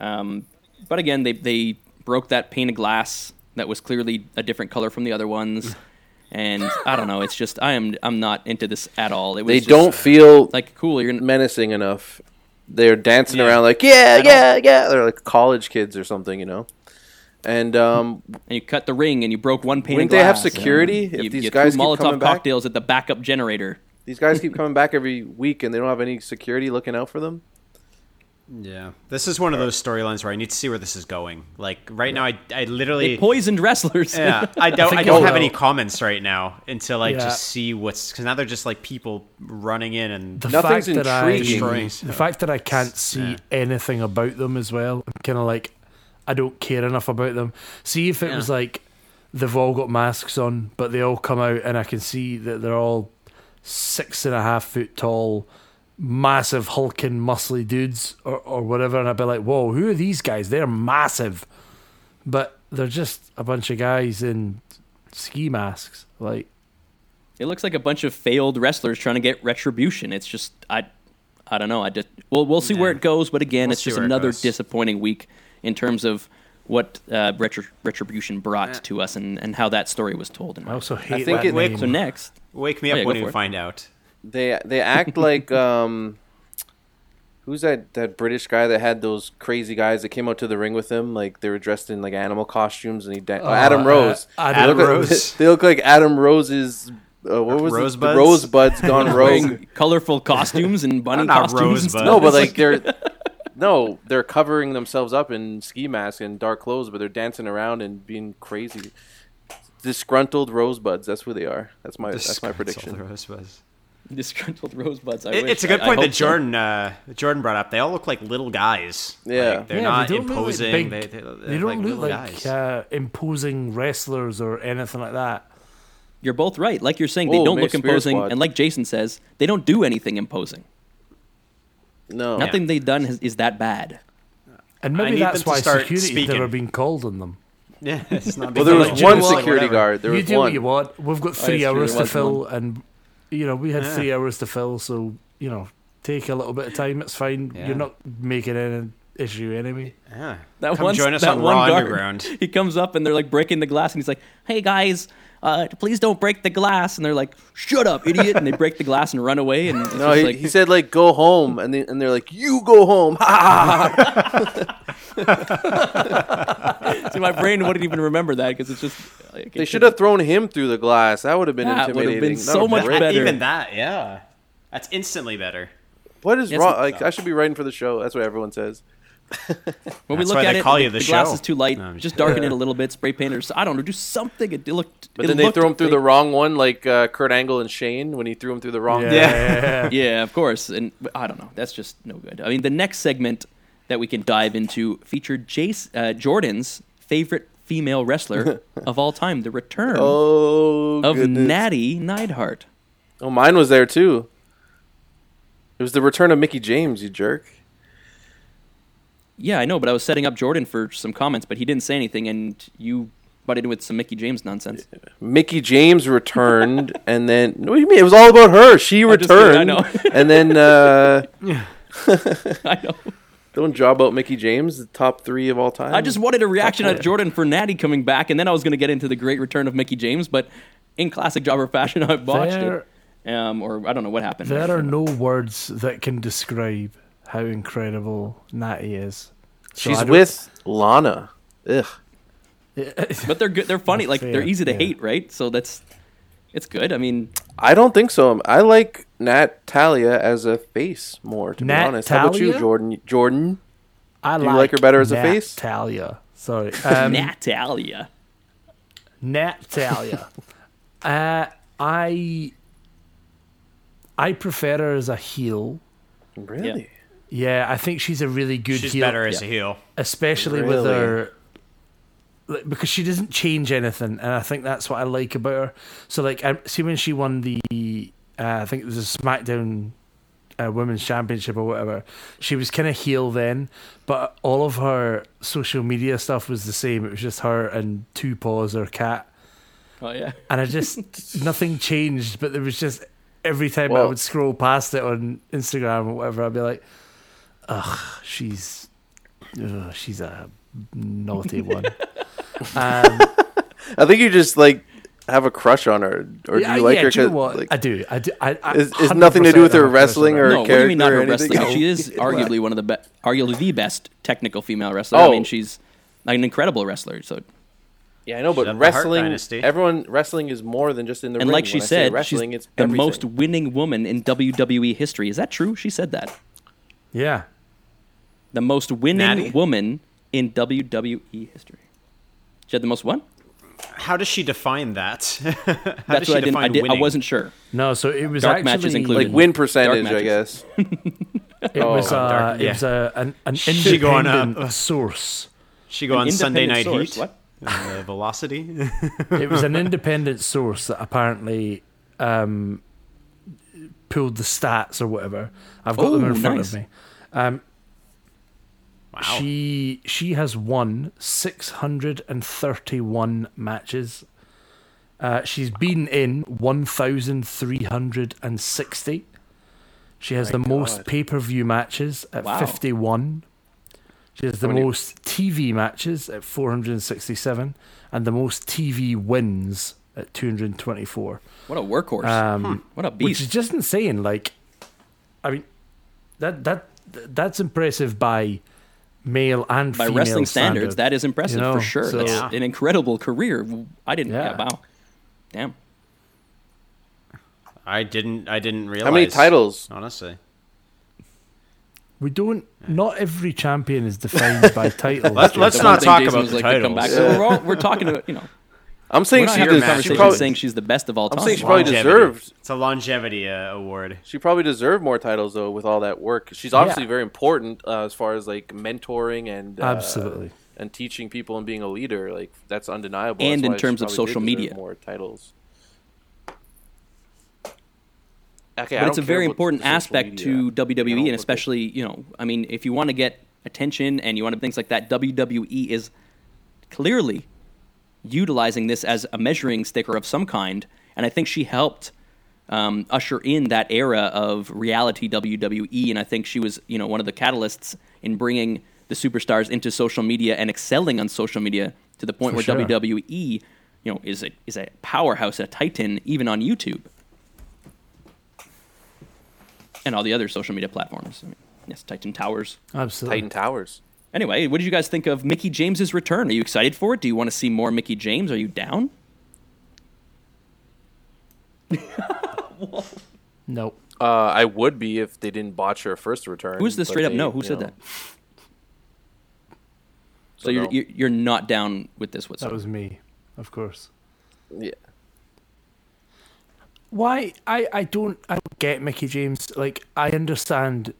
S3: Um, but again, they they broke that pane of glass that was clearly a different color from the other ones, and I don't know. It's just I am I'm not into this at all. It was
S4: They
S3: just
S4: don't feel like
S3: like cool. You're gonna-
S4: menacing enough. They're dancing
S5: Yeah.
S4: around like yeah, yeah, yeah. They're like college kids or something, you know. And um,
S3: and you cut the ring and you broke one pane.
S4: Wouldn't
S3: of
S4: they have
S3: glass,
S4: security
S3: and
S4: if
S3: you,
S4: these
S3: you
S4: guys
S3: threw
S4: keep
S3: Molotov
S4: coming back?
S3: cocktails at the backup generator?
S4: these guys keep coming back every week, and they don't have any security looking out for them.
S5: Yeah, this is one of those storylines where I need to see where this is going. Like right now, I I literally
S3: They poisoned wrestlers.
S5: yeah I don't I,
S6: think
S5: don't
S6: it
S5: have
S6: will.
S5: any comments right now until I
S6: Yeah.
S5: just see what's because now they're just like people running in and
S6: The
S4: Nothing's
S6: fact that I,
S4: intriguing.
S5: Destroying
S6: the
S5: stuff.
S6: fact that I can't see
S5: Yeah.
S6: anything about them as well, I'm kind of like, I don't care enough about them. See if it was
S5: Yeah.
S6: like they've all got masks on, but they all come out and I can see that they're all six and a half foot tall, massive, hulking, muscly dudes or, or whatever. And I'd be like, whoa, who are these guys? They're massive. But they're just a bunch of guys in ski masks. Like,
S3: It looks like a bunch of failed wrestlers trying to get retribution. It's just I, I don't know. I just we'll we'll see where
S5: Yeah.
S3: it goes. But again,
S5: We'll
S3: it's
S5: see
S3: just
S5: where it
S3: another
S5: goes.
S3: disappointing week in terms of what uh, retri- retribution brought to us and, and how that story was told. In my
S6: I also hate
S4: think
S6: that
S4: it-
S6: name.
S3: so next,
S5: wake me
S3: Oh,
S5: up
S3: yeah,
S5: when
S3: go
S5: you
S3: for it.
S5: find out.
S4: They they act like um, who's that that British guy that had those crazy guys that came out to the ring with him? Like they were dressed in like animal costumes, and he dan- oh, Adam
S6: uh,
S4: Rose.
S6: Adam
S4: They look like-
S5: Rose.
S4: they look like Adam Rose's. Uh, what was it? The
S5: Rosebuds?
S4: Rosebuds gone rogue.
S3: Wearing colorful costumes and bunny
S5: I'm not
S3: costumes. and stuff.
S5: Rosebud.
S4: No, but
S5: It's
S4: like they're no, they're covering themselves up in ski masks and dark clothes, but they're dancing around and being crazy. Disgruntled rosebuds. That's who they are. That's my that's my prediction.
S3: disgruntled rosebuds. I
S5: It-
S3: wish.
S5: it's a good
S3: I- I
S5: point
S3: hope
S5: that
S3: so.
S5: Jordan uh, Jordan brought up. They all look like little guys.
S4: Yeah.
S5: Like, they're
S6: Yeah,
S5: not
S6: they don't look like
S5: imposing.
S6: big-
S5: they,
S6: They
S5: they, they're
S6: don't
S5: like
S6: look
S5: little
S6: like
S5: guys.
S6: uh, imposing wrestlers or anything like that.
S3: You're both right. Like you're saying, they
S4: Oh,
S3: don't
S4: Miss
S3: look
S4: Spirit
S3: imposing,
S4: Squad.
S3: and like Jason says, they don't do anything imposing.
S4: No,
S3: Nothing they've done has, is that bad.
S6: And
S5: I
S6: maybe
S5: need
S6: that's
S5: them to
S6: why
S5: start
S6: security's
S5: speaking.
S6: never been called on them.
S5: yeah, it's not
S4: Well, there
S5: big
S4: was
S5: deal.
S4: one
S5: Just like
S4: security
S5: whatever.
S4: guard. There
S6: you
S4: was
S6: do what
S4: one.
S6: you want. We've got three
S3: it's true,
S6: hours
S3: it
S6: to
S3: was
S6: fill, and you know we had three hours to fill, so you know take a little bit of time. It's fine.
S5: Yeah.
S6: You're not making any issue anyway.
S5: Yeah.
S3: That
S5: Come
S3: one,
S5: join us
S3: that
S5: on
S3: one
S5: Raw
S3: guard,
S5: Underground.
S3: He comes up and they're like breaking the glass, and he's like, "Hey guys, uh, please don't break the glass." And they're like, "Shut up, idiot!" and they break the glass and run away. And it's
S4: No,
S3: just
S4: he,
S3: like,
S4: he said like go home, and they, and they're like you go home. Ha, ha, ha.
S3: see, my brain wouldn't even remember that because it's just like,
S4: they should have thrown him through the glass. That would have been
S3: That would have
S4: intimidating.
S3: been
S4: Not
S3: so
S4: a
S3: much
S4: brick.
S3: better.
S5: Even that, yeah. That's instantly better.
S4: What is
S3: Yes,
S4: wrong?
S3: it-
S4: Like I should be writing for the show. That's what everyone says.
S3: When we
S5: That's
S3: look
S5: why
S3: at
S5: they
S3: it,
S5: call
S3: the,
S5: you the
S3: glass
S5: show.
S3: is too light.
S5: No, I'm
S3: just darken it a little bit, spray paint it or so, I don't know, do something. It, looked.
S4: But
S3: it
S4: then they
S3: looked
S4: throw him through the
S3: fake.
S4: wrong one, like uh, Kurt Angle and Shane when he threw him through the wrong.
S6: Uh,
S5: Yeah.
S3: yeah, of course. And but I don't know. That's just no good. I mean, the next segment that we can dive into featured Jace, uh, Jordan's favorite female wrestler of all time, the return
S4: Oh,
S3: of
S4: goodness.
S3: Natty Neidhart.
S4: Oh, mine was there too. It was the return of Mickey James, you jerk.
S3: Yeah, I know, but I was setting up Jordan for some comments, but he didn't say anything, and you butted in with some Mickey James nonsense.
S4: Mickey James returned, and then what do you mean? It was all about her. She
S3: just kidding,
S4: returned,
S3: I know.
S4: and then uh,
S3: I know.
S4: don't job out Mickey James, the top three of all time.
S3: I just wanted a reaction out of Jordan for Natty coming back, and then I was going to get into the great return of Mickey James, but in classic jobber fashion, I botched
S6: There-
S3: it. Um, or I don't know what happened.
S6: There are no words that can describe how incredible Natty is. So I
S4: she's
S6: don't-
S4: with Lana. Ugh.
S3: but they're good. They're funny. Like they're
S6: Yeah,
S3: easy to
S6: yeah.
S3: hate, right? So that's it's good. I mean,
S4: I don't think so. I like Nat Talia as a face more. To
S6: Nat
S4: be honest, how about you,
S6: Talia?
S4: Jordan? Jordan,
S6: I
S4: you like her better as a face?
S6: Natalia. Sorry. Um,
S3: Natalia.
S6: Natalia. uh, I I prefer her as a heel.
S4: really?
S6: Yeah, I think she's a really good
S5: She's
S6: heel,
S5: better as a heel.
S6: especially with
S4: Really?
S6: her like, because she doesn't change anything, and I think that's what I like about her. So, like, I see when she won the uh, I think it was a SmackDown uh, Women's Championship or whatever, she was kind of heel then, but all of her social media stuff was the same. It was just her and two paws or cat.
S3: Oh yeah.
S6: and I just nothing changed. But there was just every time I
S4: Well-
S6: would scroll past it on Instagram or whatever, I'd be like, "Ugh, she's, ugh, she's a naughty one." um,
S4: I think you just like have a crush on her, or
S6: yeah,
S4: do you like
S6: yeah,
S4: her?
S6: do you
S4: 'cause,
S6: know what?
S4: like,
S6: I do. I do. I, I
S4: It's- it's nothing to do
S6: 100%
S4: with her
S6: have a crush on
S4: wrestling or-
S3: No, what do you mean not
S4: character
S3: her
S4: or anything?
S3: wrestling? She is arguably one of the best, arguably the best technical female wrestler. I
S4: Oh.
S3: mean, she's an incredible wrestler. So,
S4: yeah, I know,
S5: Shut
S4: but
S5: up the Hart
S4: wrestling.
S5: Dynasty.
S4: Everyone wrestling is more than just in the
S3: and
S4: ring.
S3: like she
S4: When I say
S3: said,
S4: wrestling
S3: she's
S4: it's
S3: the
S4: everything.
S3: most winning woman in WWE history. Is that true? She said that.
S6: yeah.
S3: The most winning
S5: Natty?
S3: woman in WWE history. She had the most what?
S5: How does she define that? How
S3: That's
S5: does she
S3: what I didn't. I,
S5: define
S3: did, I
S5: winning?
S3: wasn't sure.
S6: No, so it was
S3: Dark
S6: actually
S3: matches included.
S4: like
S6: like
S4: win percentage,
S3: matches.
S4: I guess.
S6: it was
S4: Oh,
S6: uh,
S5: dark,
S6: it was
S5: yeah.
S6: a, an an
S5: She going up.
S6: independent source.
S5: She go on Sunday Night
S3: Independent source,
S5: Heat.
S3: What?
S5: and, uh, velocity.
S6: It was an independent source that apparently um, pulled the stats or whatever. I've got them
S3: Ooh,
S6: in front
S3: nice.
S6: of me. Um, She she has won 631 matches. Uh, she's been in 1,360. She has the most pay per view matches at
S3: Wow.
S6: 51. She has the most TV matches at 467 and the most TV wins at 224,
S3: What a workhorse. Hmm.
S6: um,
S3: what a
S6: which is
S3: beast.
S6: just insane. Like, I mean, that that that's impressive by male and
S3: By
S6: female
S3: wrestling
S6: standard.
S3: standards, that is impressive
S6: You know,
S3: for sure.
S6: so-
S3: That's
S5: Yeah.
S3: an incredible career. I didn't. Yeah.
S6: Yeah.
S3: Wow. Damn.
S5: I didn't. I didn't realize
S4: How many titles?
S5: Honestly,
S6: we don't. Not every champion is defined by title.
S5: Let's- let's
S3: The
S5: not
S3: one thing
S5: talk
S3: Jason
S5: about
S3: was
S5: the
S3: like to come back.
S5: titles.
S3: So we're, all, we're talking about you know.
S4: I'm
S3: We're
S4: saying
S3: not
S4: she,
S3: having a
S4: did, she
S3: conversation
S4: probably
S3: saying she's the best of all time.
S4: saying she probably
S5: Longevity.
S4: deserved.
S5: It's a longevity uh, award.
S4: She probably deserved more titles though with all that work. She's obviously very important uh, as far as like mentoring and uh,
S6: Absolutely.
S4: and teaching people and being a leader. Like that's undeniable.
S3: And
S4: That's
S3: in
S4: why she
S3: terms of
S4: probably did
S3: social
S4: deserve
S3: media.
S4: more titles. Okay,
S3: but
S4: I don't
S3: it's a
S4: care
S3: very
S4: about
S3: important
S4: social
S3: aspect
S4: media.
S3: to
S4: I don't
S3: WWE, and
S4: look at-
S3: especially you know, I mean, if you want to get attention and you want to things like that, WWE is clearly utilizing this as a measuring sticker of some kind, and I think she helped um, usher in that era of reality WWE, and I think she was you know one of the catalysts in bringing the superstars into social media and excelling on social media to the point
S6: For
S3: where
S6: sure.
S3: WWE you know is a is a powerhouse, a titan, even on YouTube and all the other social media platforms. I mean, yes, Titan Towers.
S6: Absolutely.
S4: Titan Towers.
S3: Anyway, what did you guys think of Mickey James's return? Are you excited for it? Do you want to see more Mickey James? Are you down?
S6: Nope.
S4: Uh, I would be if they didn't botch her first return.
S3: Who's the
S4: but
S3: straight up
S4: they,
S3: no? Who
S4: you
S3: said
S4: know,
S3: that? So you're,
S4: no.
S3: you're you're not down with this
S6: That
S3: whatsoever.
S6: was me, of course.
S4: Yeah.
S6: Why I, I don't I don't get Mickey James. Like I understand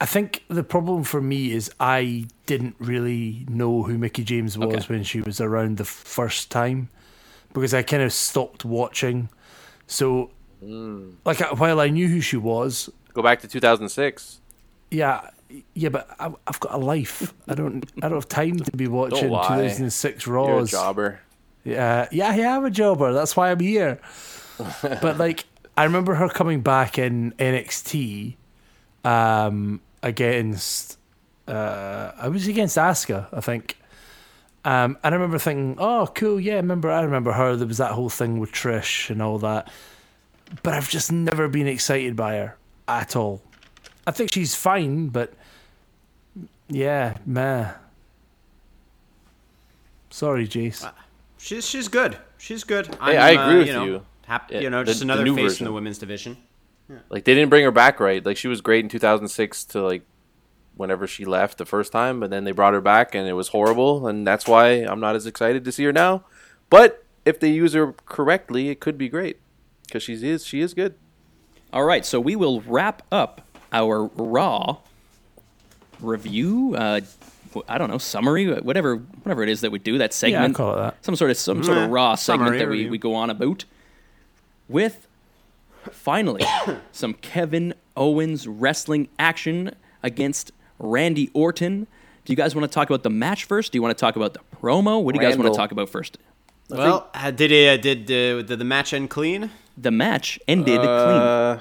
S6: I think the problem for me is I didn't really know who Mickey James was
S3: Okay.
S6: when she was around the first time because I kind of stopped watching. So like I- while I knew who she was,
S4: Go back to 2006.
S6: yeah, yeah, but I, I've got a life. I don't I don't have time to be watching
S4: lie.
S6: 2006
S4: You're a
S6: Raws.
S4: jobber.
S6: Yeah, yeah, I am a jobber. That's why I'm here. but like, I remember her coming back in NXT um, against. Uh, I was against Asuka, I think. Um, and I remember thinking, "Oh, cool, yeah." I remember, I remember her. There was that whole thing with Trish and all that. But I've just never been excited by her at all. I think she's fine, but yeah, meh. Sorry, Jace.
S5: She's she's good. She's good. uh,
S4: Hey, I agree with
S5: you. Know,
S4: you.
S5: hap-
S4: Yeah,
S5: you know,
S4: the-
S5: just
S4: the
S5: another
S4: new
S5: face
S4: version.
S5: in the women's division.
S4: Like they didn't bring her back right. Like she was great in 2006 to like whenever she left the first time, but then they brought her back and it was horrible, and that's why I'm not as excited to see her now. But if they use her correctly, it could be great because she is she is good.
S3: All right, so we will wrap up our Raw review. Uh, wh- I don't know summary, whatever, whatever it is that we do that
S6: Yeah,
S3: segment.
S6: I'd call it that.
S3: some sort of some sort of
S5: Meh.
S3: raw segment
S5: Summary
S3: that we,
S5: review.
S3: we go on about with finally some Kevin Owens wrestling action against Randy Orton. Do you guys want to talk about the match first? Do you want to talk about the promo? What do you guys want
S4: Randall.
S3: to talk about first?
S5: well, uh, did it, uh, did uh, did the match end clean?
S3: The match ended
S4: Uh,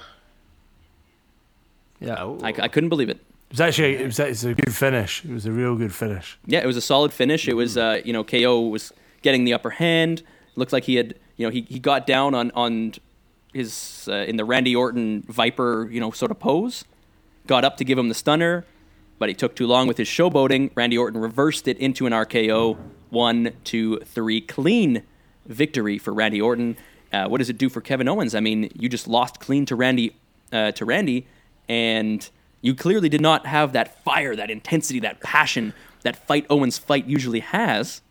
S6: Yeah.
S5: Oh,
S3: clean. I, I couldn't believe it.
S6: It was actually it was, it was a good finish. It was a real good finish.
S3: Yeah, it was a solid finish. It was uh, you know KO was getting the upper hand. Looked like he had you know he, he got down on on his uh, in the Randy Orton Viper you know sort of pose. Got up to give him the stunner, but he took too long with his showboating. Randy Orton reversed it into an RKO. One, two, three, clean victory for Randy Orton. Uh, what does it do for Kevin Owens? I mean, you just lost clean to Randy uh, to Randy, and you clearly did not have that fire, that intensity, that passion that fight Owens fight usually has.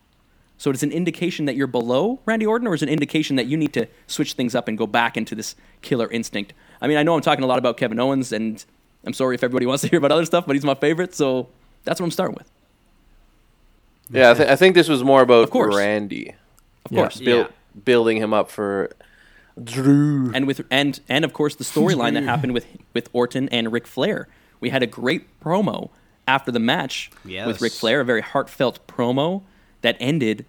S3: So it's an indication that you're below Randy Orton, or is it an indication that you need to switch things up and go back into this killer instinct? I mean, I know I'm talking a lot about Kevin Owens, and I'm sorry if everybody wants to hear about other stuff, but he's my favorite, so that's what I'm starting with.
S4: yeah, I, th- I think this was more about
S3: course.
S4: Randy
S3: Of
S6: Yeah.
S3: course.
S4: buil- building him up for Drew.
S3: and with and and of course the storyline that happened with with Orton and Ric Flair. We had a great promo after the match with
S5: Yes.
S3: Ric Flair, a very heartfelt promo that ended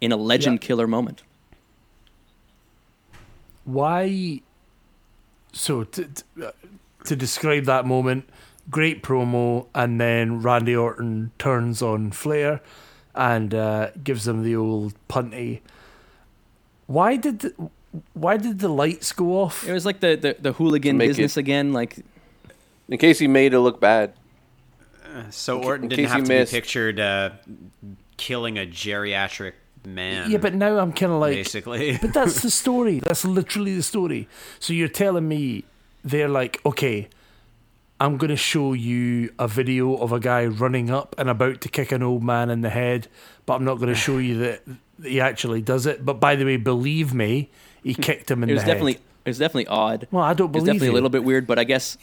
S3: in a legend
S6: Yeah.
S3: killer moment.
S6: Why? So to, to, uh, to describe that moment, great promo, and then Randy Orton turns on Flair and uh, gives him the old punty. Why did the, why did the lights go off?
S3: It was like the the, the hooligan
S4: Make
S3: business
S4: it-
S3: again. Like
S4: In case he made it look bad.
S5: So Orton
S4: in
S5: didn't
S4: case
S5: have
S4: you
S5: to
S4: missed.
S5: be pictured uh, killing a geriatric man.
S6: Yeah, but now I'm kind of like
S5: basically.
S6: But that's the story. That's literally the story. So you're telling me they're like, okay, I'm going to show you a video of a guy running up and about to kick an old man in the head, but I'm not going to show you that he actually does it. But by the way, believe me, he
S5: Hmm.
S6: kicked him in
S3: it
S6: the
S3: was
S6: head.
S3: definitely it was definitely odd.
S6: Well, I don't
S3: It was
S6: believe
S3: definitely
S6: you.
S3: a little bit weird, but I guess.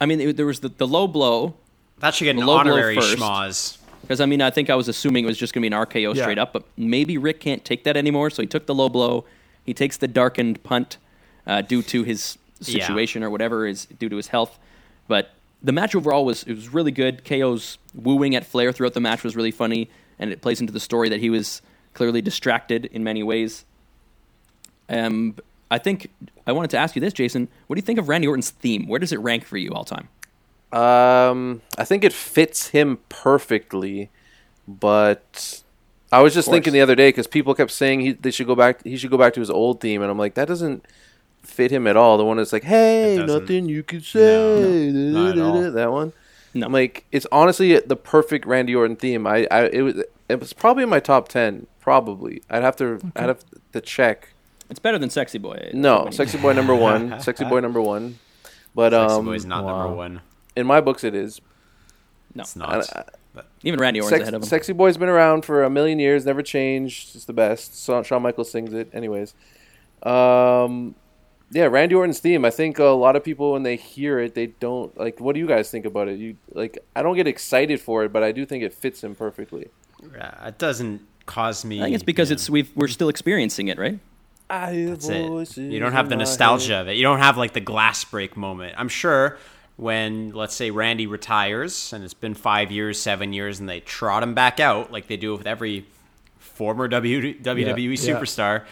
S3: I mean, it, there was the, the low blow
S5: that should get an
S3: Low blow
S5: honorary
S3: first.
S5: schmaz.
S3: because I mean, I think I was assuming it was just going to be an RKO
S6: Yeah.
S3: straight up, but maybe Rick can't take that anymore, so he took the low blow. He takes the darkened punt uh, due to his
S5: Yeah.
S3: situation or whatever is due to his health. But the match overall was it was really good. KO's wooing at Flair throughout the match was really funny, and it plays into the story that he was clearly distracted in many ways. Um, I think I wanted to ask you this, Jason. What do you think of Randy Orton's theme? Where does it rank for you all time?
S4: Um, I think it fits him perfectly, but I was just thinking the other day because people kept saying he they should go back. He should go back to his old theme, and I'm like, that doesn't fit him at all. The one that's like, hey,
S5: doesn't.
S4: nothing you can say.
S5: not at all.
S4: That one.
S3: No.
S4: I'm like, it's honestly the perfect Randy Orton theme. I, I it was it was probably in my top ten. Probably, I'd have to I'd have to check.
S3: It's better than Sexy Boy.
S4: No, sexy boy number one. sexy boy number one. But
S5: Sexy
S4: um,
S5: Boy's not number one.
S4: in my books, it is.
S5: It's not. but
S3: Even Randy Orton's
S4: Sex,
S3: ahead of him.
S4: Sexy Boy's been around for a million years, never changed. It's the best. So, Shawn Michaels sings it, anyways. Um, yeah, Randy Orton's theme. I think a lot of people when they hear it, they don't like. What do you guys think about it? You like? I don't get excited for it, but I do think it fits him perfectly.
S5: uh, it doesn't cause me.
S3: I think it's because
S5: yeah,
S3: it's we've, we're still experiencing it, right?
S5: that's it. You don't have the nostalgia of it. You don't have like the glass break moment. I'm sure when let's say Randy retires and it's been five years, seven years, and they trot him back out like they do with every former W- WWE
S6: yeah.
S5: superstar,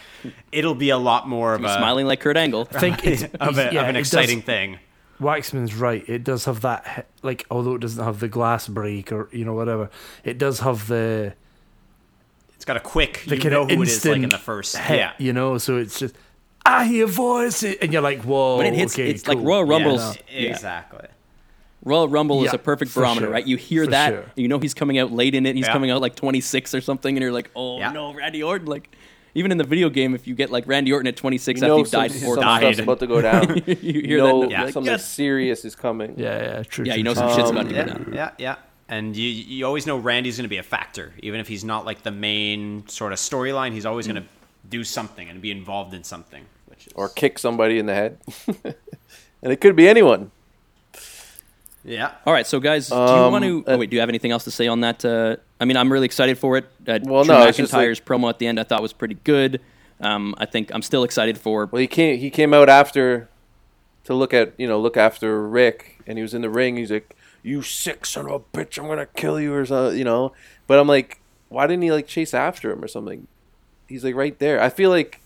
S5: it'll be a lot more of a
S3: Smiling like Kurt Angle.
S6: Uh, I think it's,
S5: of, a,
S6: yeah,
S5: of
S6: it
S5: an
S6: does-
S5: exciting thing.
S6: Waxman's right. It does have that, he- like, although it doesn't have the glass break or you know whatever, it does have the
S5: It's got a quick.
S6: the
S5: you
S6: kinda
S5: know who it is like in
S6: instant
S5: the first.
S6: hit,
S5: Yeah.
S6: you know. So it's just I hear voices, and you're like, whoa,
S3: When it hits,
S6: okay,
S3: it's like
S6: cool.
S3: Royal Rumbles.
S5: Yeah, exactly.
S3: Royal Rumble is
S6: Yeah,
S3: a perfect
S6: for
S3: barometer,
S6: sure.
S3: right? You hear
S6: For
S3: that,
S6: sure.
S3: you know he's coming out late in it. He's
S5: Yeah.
S3: coming out like 26 or something, and you're like, oh
S5: Yeah.
S3: no, Randy Orton. Like, even in the video game, if you get like Randy Orton at 26
S4: You
S3: after
S4: know,
S3: you've
S4: some,
S3: died
S4: some
S3: four
S5: died.
S3: times,
S4: stuff's about to go down.
S3: you hear that.
S4: know
S3: and you're
S5: Yeah.
S3: like,
S4: something
S5: yes.
S4: serious is coming.
S6: Yeah, yeah, true.
S3: Yeah,
S6: true,
S3: you know
S6: true.
S3: some shit's about
S6: Um,
S3: to go
S5: Yeah,
S3: down.
S5: yeah, yeah. And you you always know Randy's going to be a factor, even if he's not like the main sort of storyline. He's always going to do something and be involved in something, which is
S4: Or kick somebody in the head, and it could be anyone.
S5: yeah.
S3: All right, so guys, do you
S4: Um,
S3: want to?
S4: uh,
S3: oh, wait, do you have anything else to say on that? Uh, I mean, I'm really excited for it. Uh,
S4: Well,
S3: Drew
S4: no, it's just
S3: McIntyre's promo at the end I thought was pretty good. Um, I think I'm still excited for.
S4: Well, he came. He came out after to look at you know look after Rick, and he was in the ring. He's like, "You sick son of a bitch! I'm gonna kill you," or something, you know. But I'm like, why didn't he like chase after him or something? He's like right there. I feel like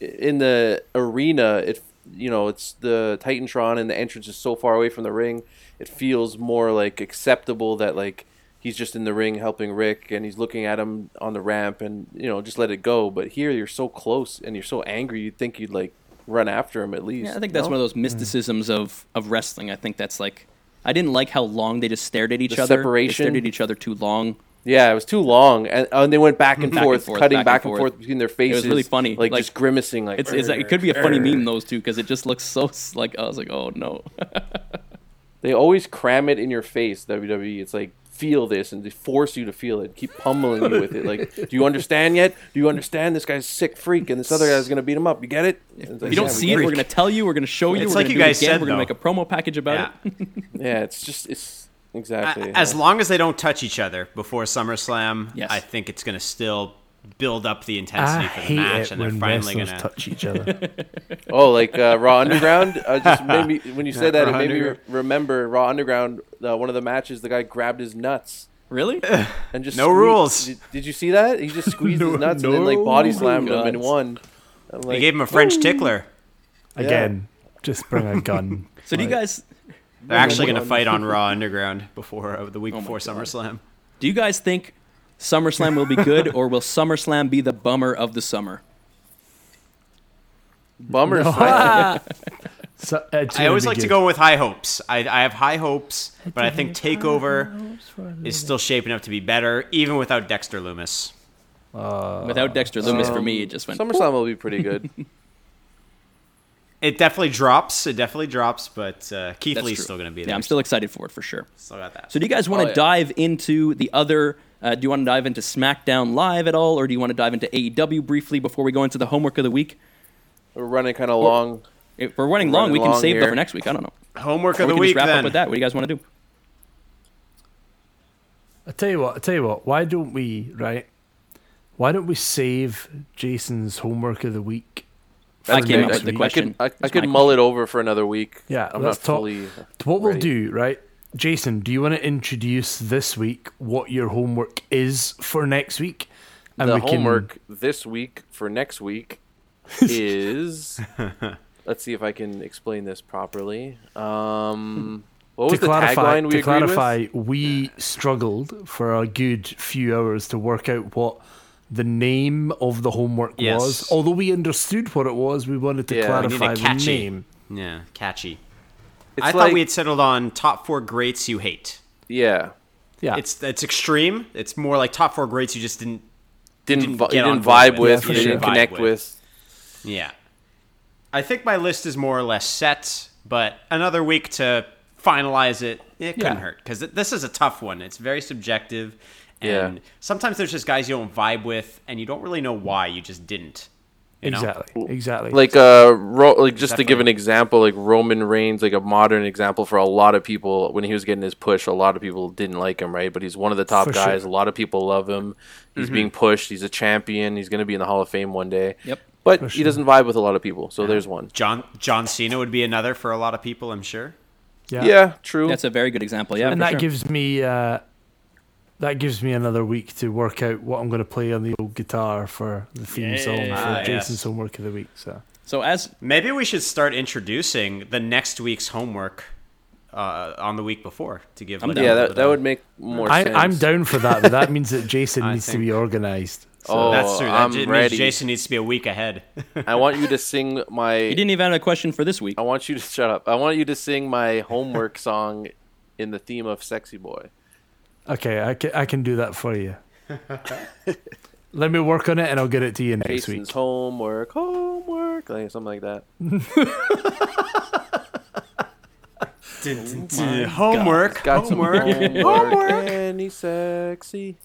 S4: i- in the arena, it you know it's the Titantron, and the entrance is so far away from the ring. It feels more like acceptable that like. He's just in the ring helping Rick, and he's looking at him on the ramp, and you know, just let it go. But here, you're so close, and you're so angry. You'd think you'd like run after him at least.
S3: Yeah, I think that's
S4: no?
S3: one of those mysticisms of of wrestling. I think that's like I didn't like how long they just stared at each
S4: The
S3: other. They
S4: separation.
S3: stared at each other too long.
S4: Yeah, it was too long, and, oh, and they went back and,
S3: Back and
S4: forth,
S3: forth,
S4: cutting
S3: back and
S4: back and
S3: forth.
S4: forth. between their faces.
S3: really funny,
S4: like,
S3: like-
S4: just grimacing. Like
S3: It's, it's like, it could be a funny meme those two because it just looks so s- like I was like oh no.
S4: they always cram it in your face. WWE, it's like feel this, and they force you to feel it. Keep pummeling you with it. Like, do you understand yet? Do you understand? This guy's a sick freak, and this other guy's gonna beat him up. You get it? It's
S3: If
S4: like,
S3: you don't
S4: yeah, we
S3: see
S4: get
S3: it, we're gonna tell you. We're gonna show you.
S5: It's
S3: we're
S5: like
S3: gonna
S5: you
S3: do it
S5: guys
S3: again.
S5: said,
S3: We're gonna
S5: though.
S3: make a promo package about
S5: yeah.
S3: it.
S4: Yeah, it's just it's exactly
S5: A- As
S4: yeah.
S5: long as they don't touch each other before SummerSlam,
S3: Yes.
S5: I think it's going to still build up the
S6: I
S5: intensity for the
S6: hate
S5: match,
S6: it
S5: and they're
S6: when
S5: finally going
S6: wrestlers
S5: to.
S6: touch each other.
S4: Oh, like uh, Raw Underground. Uh, just made me, when you said that, it
S5: Raw
S4: made me re-
S5: Underground.
S4: remember Raw Underground. Uh, one of the matches, the guy grabbed his nuts
S3: Really?
S4: and just
S5: No
S4: squeezed-
S5: rules.
S4: Did, did you see that? He just squeezed his nuts and then like
S6: no
S4: body slammed him
S3: rules.
S4: and won. I'm
S5: They
S4: like,
S5: gave him a French tickler.
S6: Again, just bring a gun.
S3: So do you
S6: Like,
S3: guys
S5: They're actually going to
S4: no. Oh
S5: fight on Raw Underground before uh, the week before SummerSlam.
S3: do you guys think SummerSlam will be good, or will SummerSlam be the bummer of the summer?
S4: Bummer.
S6: So, uh, it's
S5: I always
S6: gonna
S5: like
S6: be
S5: to
S6: good.
S5: go with high hopes. I, I have high hopes, but I think Takeover is still shaping up to be better, even without Dexter Loomis.
S3: Without Dexter Loomis, for me, it just went.
S4: Uh, SummerSlam will be pretty good.
S5: It definitely drops. It definitely drops, but uh, Keith
S3: That's
S5: Lee's
S3: true.
S5: still going to be there.
S3: Yeah, I'm still excited for it for sure.
S5: Still got that.
S3: So, do you guys want to
S4: Oh, yeah.
S3: dive into the other? Uh, do you want to dive into SmackDown Live at all, or do you want to dive into AEW briefly before we go into the homework of the week?
S4: We're running kind of long.
S3: If we're running long,
S4: running
S3: we can
S4: long
S3: save that
S4: here.
S3: for next week. I don't know.
S5: Homework
S3: Or
S5: of
S3: we
S5: the
S3: can
S5: week
S3: just wrap
S5: then.
S3: up with that. What do you guys want to do?
S6: I tell you what. I tell you what. Why don't we right? Why don't we save Jason's homework of the week?
S3: I
S6: for
S3: came up
S6: next
S3: with the
S6: week?
S4: I
S3: question.
S4: could I, I
S3: It's
S4: could
S3: my
S4: mull it over for another week.
S6: Yeah,
S4: I'm
S6: let's
S4: not
S6: talk-
S4: fully.
S6: What we'll
S4: ready.
S6: do, right? Jason, do you want to introduce this week what your homework is for next week? And
S4: the
S6: we can-
S4: homework this week for next week is let's see if I can explain this properly. Um, what was
S6: to
S4: the
S6: clarify,
S4: tagline we
S6: to
S4: agreed
S6: clarify,
S4: with?
S6: we struggled for a good few hours to work out what the name of the homework
S5: Yes.
S6: was. Although we understood what it was, we wanted to
S4: Yeah, we need
S5: a
S6: clarify the
S5: catchy-
S6: name.
S5: Yeah, catchy.
S4: It's
S5: I
S4: like-
S5: thought we had settled on top four greats you hate.
S4: yeah
S6: Yeah,
S5: It's it's extreme. It's more like top four greats you just didn't.
S4: didn't
S5: didn't
S4: vi-
S5: get
S4: you
S5: on
S4: didn't
S5: board
S4: vibe
S5: with.
S4: with,
S6: Yeah,
S4: you
S6: for
S4: didn't
S6: sure.
S4: connect
S5: Vibe
S4: with.
S5: with. Yeah, I think my list is more or less set, but another week to finalize it. It couldn't
S6: Yeah.
S5: hurt because this is a tough one. It's very subjective, and
S4: Yeah.
S5: sometimes there's just guys you don't vibe with, and you don't really know why. You just didn't. You know?
S6: exactly, exactly.
S4: Like uh, Ro- like just to give an
S5: Definitely.
S4: example, like Roman Reigns, like a modern example for a lot of people. When he was getting his push, a lot of people didn't like him, right? But he's one of the top
S6: For sure.
S4: guys. A lot of people love him. He's being pushed. He's a champion. He's going to be in the Hall of Fame one day.
S3: Yep.
S4: But he doesn't vibe with a lot of people, so there's one.
S5: John John Cena would be another for a lot of people, I'm sure.
S6: yeah.
S4: Yeah, true.
S3: That's a very good example. Yeah,
S6: and
S3: for
S6: that
S3: sure.
S6: gives me uh, that gives me another week to work out what I'm going to play on the old guitar for the theme song for
S5: Ah, yes.
S6: Jason's homework of the week. So
S3: so as
S5: Maybe we should start introducing the next week's homework uh, on the week before to give. like,
S4: yeah,
S5: a little
S4: that,
S5: bit
S4: that
S5: of-
S4: would make more
S6: I,
S4: sense.
S6: I'm down for that, but that means that Jason
S5: I
S6: needs to
S5: think-
S6: be organized.
S4: Oh,
S5: That's true. That
S4: I'm
S5: j- means
S4: ready.
S5: Jason needs to be a week ahead.
S4: I want you to sing my.
S3: you didn't even have a question for this week.
S6: Oh,
S4: I want you to shut up. I want you to sing my homework song in the theme of "Sexy Boy."
S6: Okay, I can, I can do that for you. Let me work on it and I'll get it to you next
S4: Jason's
S6: week.
S4: homework, homework, like something like that.
S5: homework.
S4: Got some
S5: homework.
S4: homework. And he's sexy.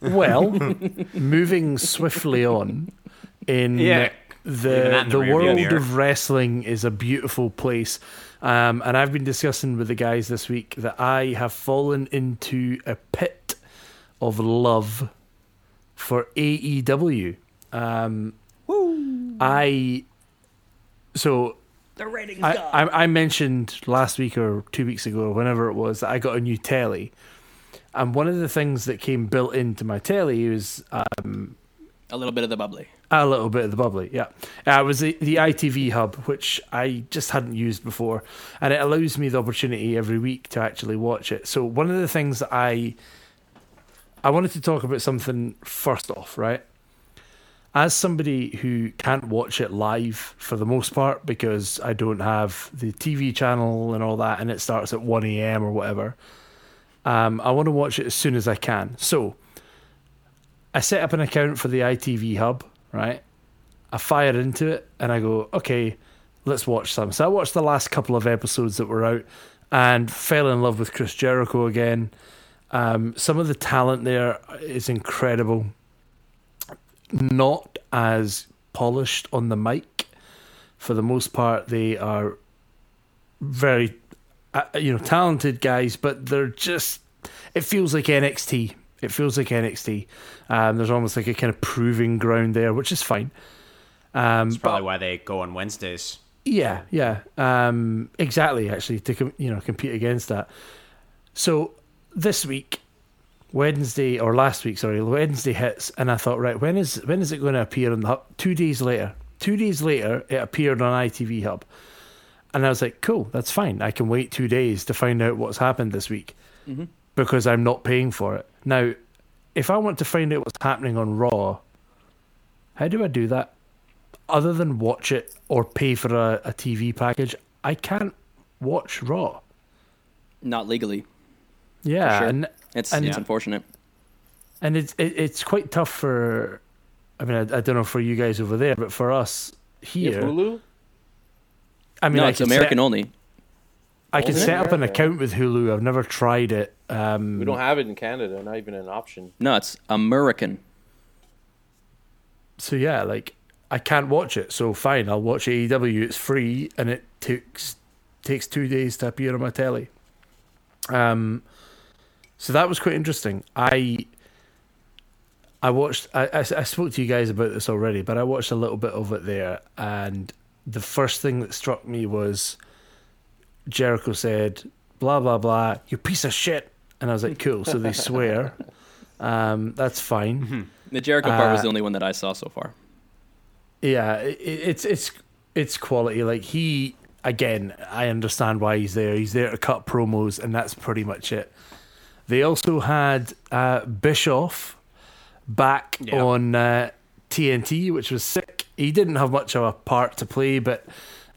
S6: Well, moving swiftly on in
S5: Yeah. Leaving
S6: the
S5: that in
S6: the
S5: the rearview
S6: world
S5: mirror.
S6: of wrestling is a beautiful place. Um, and I've been discussing with the guys this week that I have fallen into a pit of love for E AEW. Um, I so I, I, I mentioned last week or two weeks ago or whenever it was that I got a new telly, and one of the things that came built into my telly was uh,
S3: A little bit of the bubbly.
S6: a little bit of the bubbly. Yeah, uh, it was the, the ITV hub, which I just hadn't used before, and it allows me the opportunity every week to actually watch it. So one of the things that I I wanted to talk about something first off, right? As somebody who can't watch it live for the most part because I don't have the TV channel and all that, and it starts at 1 a.m. or whatever, um, I want to watch it as soon as I can. So I set up an account for the ITV Hub, right? I fire into it and I go, okay, let's watch some. So I watched the last couple of episodes that were out and fell in love with Chris Jericho again. Um, some of the talent there is incredible. Not as polished on the mic. For the most part, they are very, uh, you know, talented guys, but they're just. It feels like NXT. It feels like NXT. Um, there's almost like a kind of proving ground there, which is fine. Um,
S5: That's probably why they go on Wednesdays.
S6: yeah, yeah, um, exactly. Actually, to com- you know compete against that. So this week, Wednesday or last week, sorry, Wednesday hits, and I thought, right, when is when is it going to appear on the hub? Two days later. Two days later, it appeared on ITV Hub, and I was like, cool, that's fine. I can wait two days to find out what's happened this week because I'm not paying for it now. if I want to find out what's happening on Raw, how do I do that? Other than watch it or pay for a, a TV package, I can't watch Raw.
S3: Not legally.
S6: Yeah,
S3: sure.
S6: and
S3: It's
S6: And-
S3: it's unfortunate.
S6: and it's it, it's quite tough for. I mean, I, I don't know for you guys over there, but for us
S4: You
S6: here,
S4: have Hulu?
S6: I mean,
S3: no,
S6: I
S3: it's
S6: could
S3: American
S6: set,
S3: only.
S6: I could
S4: Isn't it?
S6: set up an
S4: Yeah.
S6: account with Hulu. I've never tried it. Um,
S3: Mm.
S4: We don't have it in Canada. Not even an option.
S3: No, it's American.
S6: so yeah, like I can't watch it. So fine, I'll watch AEW. It's free, and it takes takes two days to appear on my telly. Um, so that was quite interesting. I I watched. I, I, I spoke to you guys about this already, but I watched a little bit of it there, and the first thing that struck me was Jericho said, "Blah blah blah, you piece of shit," and I was like, "Cool." So they swear. Um, that's fine.
S3: The Jericho part was
S6: Uh,
S3: the only one that I saw so far.
S6: yeah i i- it's it's it's quality like he again i understand why he's there he's there to cut promos and that's pretty much it they also had uh bischoff back
S5: Yeah.
S6: on uh, tnt which was sick he didn't have much of a part to play but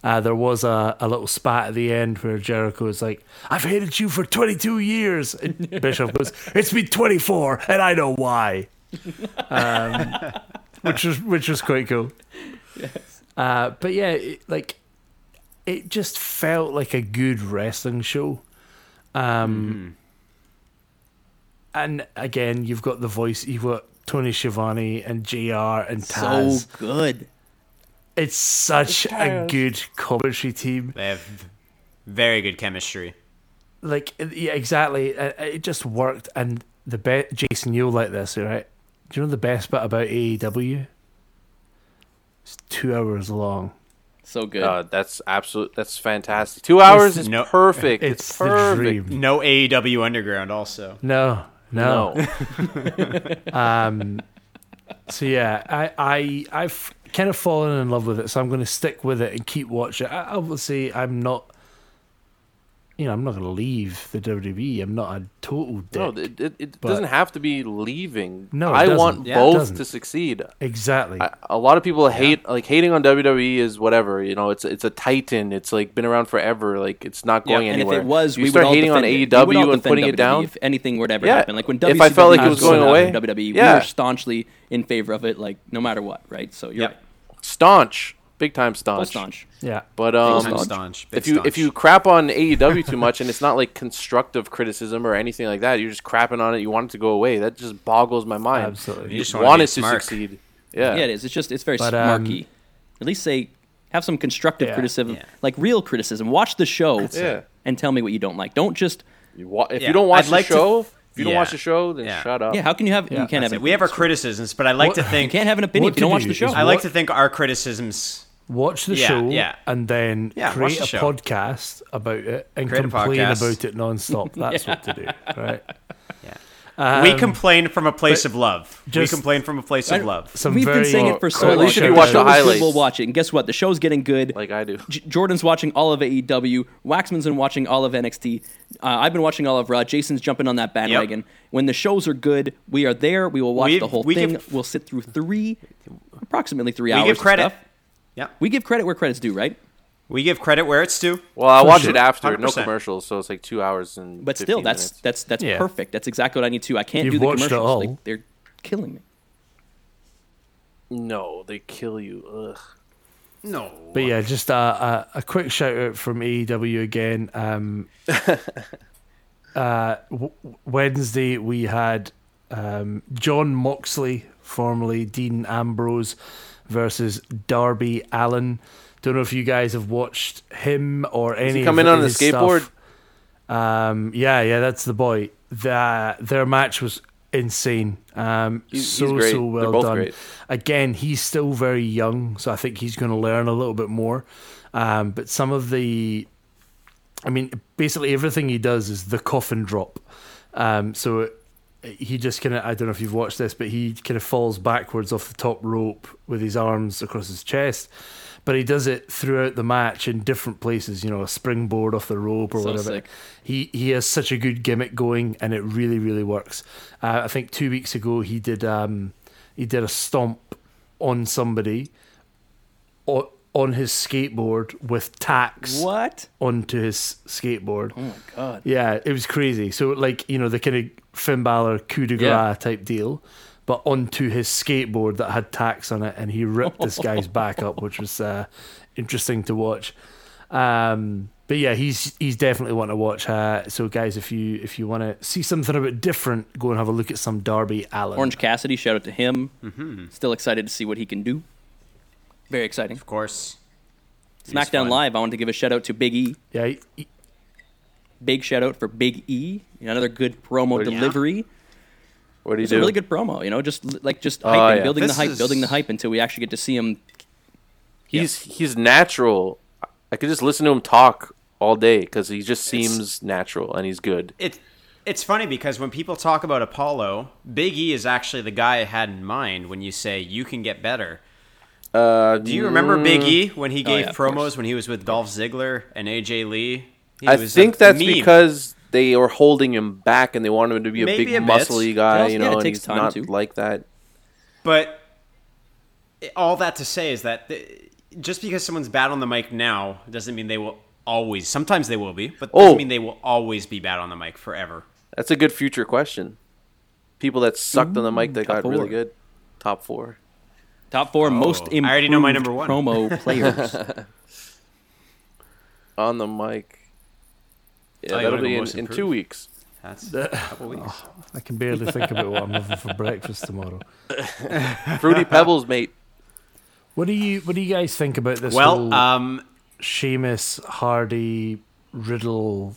S6: uh, there was a, a little spat at the end where Jericho was like, I've hated you for 22 years. And Bischoff goes, It's been 24, and I know why. Um, which was which was quite cool. Uh, but yeah, it, like it just felt like a good wrestling show. Um, And again, you've got the voice. You've got Tony Schiavone and Jr. and Taz.
S3: So good.
S6: it's such a good commentary team.
S5: They have very good chemistry.
S6: Like yeah, exactly. It, it just worked. And the best Jason, you'll like this, right? Do you know the best bit about AEW? It's two hours long.
S3: So good.
S4: Uh, that's absolute. That's fantastic. Two hours is
S5: no-
S4: perfect. It's,
S6: It's, the
S4: perfect.
S6: dream.
S5: No AEW Underground, also.
S6: No, no. Um,
S4: No.
S6: So yeah, I, I I've kind of fallen in love with it, so I'm going to stick with it and keep watching. I, obviously, I'm not. You know, I'm not going to leave the WWE. I'm not a total dick.
S4: No, it, it, it
S6: But-
S4: doesn't have to be leaving.
S6: No, it
S4: I
S6: doesn't.
S4: want
S6: Yeah, it
S4: both
S6: doesn't.
S4: to succeed.
S6: exactly.
S4: I, a lot of people hate like hating on WWE is whatever. You know, it's it's a titan. It's like been around forever. Like it's not going
S3: and
S4: anywhere.
S3: if it was,
S4: you
S3: we
S4: start
S3: would all
S4: hating on
S3: defend it. We would all
S4: AEW and
S3: defend
S4: putting
S3: WWE
S4: it down.
S3: If anything were to ever
S4: Yeah.
S3: happen, like E when
S4: If I
S3: WCW
S4: felt like it was
S3: split
S4: going
S3: up
S4: away,
S3: from WWE, E. we
S4: yeah.
S3: were staunchly in favor of it, like no matter what, right? So you're
S5: Yep.
S3: right.
S4: staunch, big time
S3: Full
S4: staunch.
S3: staunch.
S6: yeah.
S4: But
S5: Big
S4: um,
S5: time staunch. Big
S4: if you if
S5: staunch.
S4: you crap on AEW too much and it's not like constructive criticism or anything like that, you're just crapping on it. You want it to go away. That just boggles my mind.
S6: Absolutely.
S4: you
S5: You
S4: just
S5: just
S4: want,
S5: wanna be
S4: it to
S5: smart.
S4: succeed.
S3: Yeah. it is. It's just it's very
S6: But, um,
S3: smarky. At least say have some constructive
S6: Yeah.
S3: criticism,
S5: Yeah.
S3: like real criticism. Watch the show
S4: it.
S3: and tell me what you don't like. Don't just
S4: You wa- if you
S5: Yeah.
S4: don't watch
S5: I'd
S4: the
S5: like to-
S4: show, if you don't
S5: Yeah.
S4: watch the show, then
S5: Yeah.
S4: shut up.
S3: yeah. How can you have
S6: Yeah.
S3: you can't have an
S5: we have our
S3: opinion.
S5: criticisms, but I like to
S3: you
S5: think
S3: can't have an opinion
S6: What
S3: if you don't
S6: to
S3: watch
S6: do
S3: the show.
S6: is
S5: I like to think our criticisms.
S6: Watch the
S5: Yeah,
S6: show
S5: yeah.
S6: and then
S5: Yeah, watch
S6: create
S5: the
S6: a
S5: show.
S6: podcast about it and
S5: Create a
S6: complain
S5: podcast.
S6: about it nonstop. That's what to do, right?
S3: Um,
S5: we complain from a place of love.
S6: just-
S5: we complain from a place of love.
S6: Some
S3: We've been
S6: very-
S3: saying it for so
S4: Well, at
S3: long.
S4: least if you
S3: The
S4: watch the
S3: show is good,
S4: highlights.
S3: we'll watch it. And guess what? The show's getting good.
S4: Like I do.
S3: J- Jordan's watching all of AEW. Waxman's been watching all of NXT. Uh, I've been watching all of Raw. Jason's jumping on that bandwagon. When the shows are good, we are there. We will watch
S5: We-
S3: the whole
S5: we
S3: thing.
S5: give-
S3: we'll sit through three, approximately three
S5: We
S3: hours.
S5: give
S3: of
S5: credit.
S3: stuff.
S5: Yeah,
S3: We give credit where credit's due, right?
S5: we give credit where it's due.
S4: Well, I watch
S6: sure.
S4: it after, no
S5: 100%.
S4: commercials, so it's like two hours and.
S3: But still,
S4: 15
S3: that's
S4: minutes.
S3: that's that's
S6: Yeah.
S3: perfect. That's exactly what I need to. I can't
S6: You've
S3: do the
S6: watched it
S3: commercials. Like,
S6: all.
S3: they're killing me.
S4: no, they kill you. Ugh.
S5: No,
S6: But yeah, just a, a, a quick shout out from AEW again. Um, uh, w- Wednesday we had um, John Moxley, formerly Dean Ambrose, versus Darby Allen. Don't know if you guys have watched him or any.
S4: He
S6: of
S4: come in on a
S6: his stuff.
S4: skateboard.
S6: Um, yeah, yeah, that's the boy. The, their match was insane. Um,
S4: He's-
S6: so
S4: he's great.
S6: so well
S4: They're both
S6: done.
S4: great.
S6: Again, he's still very young, so I think he's going to learn a little bit more. Um, but some of the, I mean, basically everything he does is the coffin drop. Um, so he just kind of, I don't know if you've watched this, but he kind of falls backwards off the top rope with his arms across his chest. But he does it throughout the match in different places, you know, a springboard off the rope or
S3: So
S6: whatever.
S3: sick.
S6: He he has such a good gimmick going, and it really really works. Uh, I think two weeks ago he did um, he did a stomp on somebody on, on his skateboard with tacks
S3: What?
S6: onto his skateboard.
S3: Oh my god.
S6: Yeah, it was crazy. So like you know the kind of Finn Balor coup de grace
S3: Yeah.
S6: type deal, but onto his skateboard that had tacks on it, and he ripped this guy's back up, which was uh, interesting to watch. Um, but yeah, he's he's definitely one to watch. Uh, so guys, if you if you want to see something a bit different, go and have a look at some Darby Allen.
S3: Orange Cassidy, shout out to him.
S5: Mm-hmm.
S3: Still excited to see what he can do. Very exciting.
S5: Of course.
S3: SmackDown
S5: fun.
S3: Live, I want to give a shout out to Big E.
S6: Yeah, he- he-
S3: Big shout out for Big E. Another good promo
S4: Yeah.
S3: delivery.
S4: What do you
S3: It's
S4: do?
S3: a really good promo, you know, just l- like just hyping,
S4: yeah.
S3: building
S5: This
S3: the hype,
S5: is-
S3: building the hype until we actually get to see him.
S4: he's he's natural. I could just listen to him talk all day because he just seems natural and he's good.
S5: It, it's funny because when people talk about Apollo, Big E is actually the guy I had in mind when you say you can get better.
S4: Uh,
S5: Do you remember Big E
S4: Mm.
S5: when
S4: Oh,
S5: he gave
S3: yeah, of course.
S5: promos when he was with Dolph Ziggler and AJ Lee? He
S4: I
S5: was a
S4: think that's
S5: meme.
S4: because they were holding him back and they wanted him to be a
S5: Maybe
S4: big
S5: a bit.
S4: muscly guy,
S3: also-
S4: you
S3: yeah,
S4: know,
S3: it
S4: and
S3: takes
S4: he's
S3: time
S4: not
S3: to.
S4: like that.
S5: But it- all that to say is that the, just because someone's bad on the mic now doesn't mean they will always. Sometimes they will be, but doesn't
S4: Oh.
S5: mean they will always be bad on the mic forever.
S4: That's a good future question. People that sucked on the
S5: Mm-hmm.
S4: mic that got
S3: top four.
S4: really good. Top four.
S3: Top four most
S5: Oh. I
S3: improved
S5: already know my number one.
S3: promo players.
S4: On the mic. Yeah,
S5: Oh, you
S4: that'll
S5: wanna go
S4: be in,
S5: most
S4: in two
S5: improved?
S4: weeks.
S5: That's
S4: Oh,
S5: a couple weeks.
S6: I can barely think about what I'm having for breakfast tomorrow.
S4: Fruity Pebbles, mate.
S6: What do you what do you guys think about this?
S5: Well,
S3: uh,
S6: whole-
S5: um,
S6: Sheamus, Hardy, Riddle.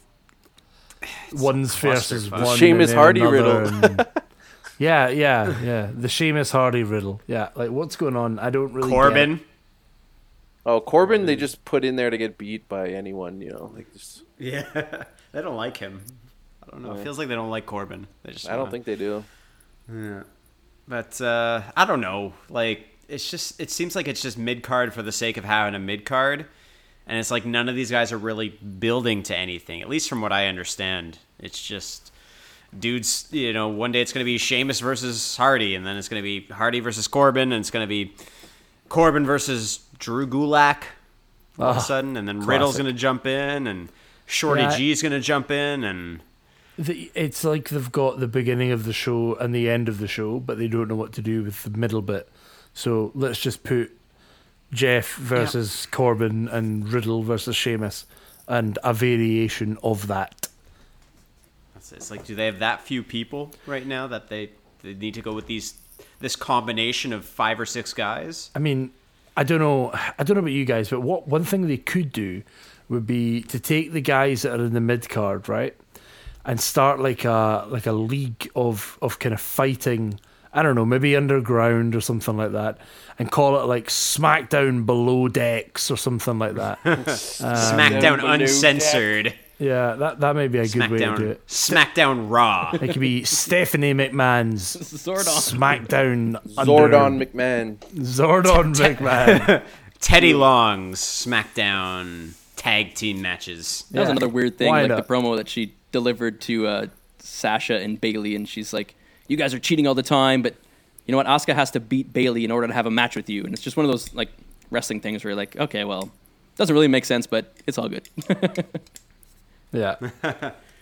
S6: One's versus
S5: clusterfuck.
S6: one. and
S4: Sheamus,
S6: then
S4: Hardy,
S6: another,
S4: Riddle.
S6: and- yeah, yeah, yeah. The Sheamus, Hardy, Riddle. Yeah, like what's going on? I don't really. get-
S5: Corbin.
S4: Oh, Corbin, they just put in there to get beat by anyone, you know. Like, just,
S5: Yeah, they don't like him. I don't know. It feels like they don't like Corbin. They just
S4: I don't
S5: wanna-
S4: think they do.
S5: But uh, I don't know. Like it's just it seems like it's just mid card for the sake of having a mid card, and it's like none of these guys are really building to anything. At least from what I understand, it's just dudes. You know, one day it's going to be Sheamus versus Hardy, and then it's going to be Hardy versus Corbin, and it's going to be Corbin versus Drew Gulak. All of a sudden, and then Riddle's going to jump in, and Shorty
S6: Yeah, I-
S5: G's going to jump in, and
S6: The, it's like they've got the beginning of the show and the end of the show, but they don't know what to do with the middle bit. So let's just put Jeff versus Corbin and Riddle versus Sheamus, and a variation of that.
S5: It's, it's like, do they have that few people right now that they, they need to go with these this combination of five or six guys?
S6: I mean, I don't know. I don't know about you guys, but what one thing they could do would be to take the guys that are in the mid card, right, and start like a like a league of of kind of fighting. I don't know, maybe underground or something like that, and call it like SmackDown Below Decks or something like that.
S5: SmackDown
S4: Below
S5: uncensored.
S6: yeah, that that may be a good way to do
S5: SmackDown.
S6: it.
S5: SmackDown Raw.
S6: It could be Stephanie McMahon's
S3: Zordon.
S6: SmackDown
S4: Zordon McMahon.
S6: Under- Zordon McMahon.
S5: Teddy Long's SmackDown tag team matches.
S3: That was
S6: Yeah.
S3: another weird thing,
S6: Why
S3: like
S6: not?
S3: the promo that she delivered to uh, Sasha and Bailey, and she's like, "You guys are cheating all the time, but you know what? Asuka has to beat Bailey in order to have a match with you." And it's just one of those like wrestling things where you're like, "Okay, well, doesn't really make sense, but it's all good."
S6: Yeah,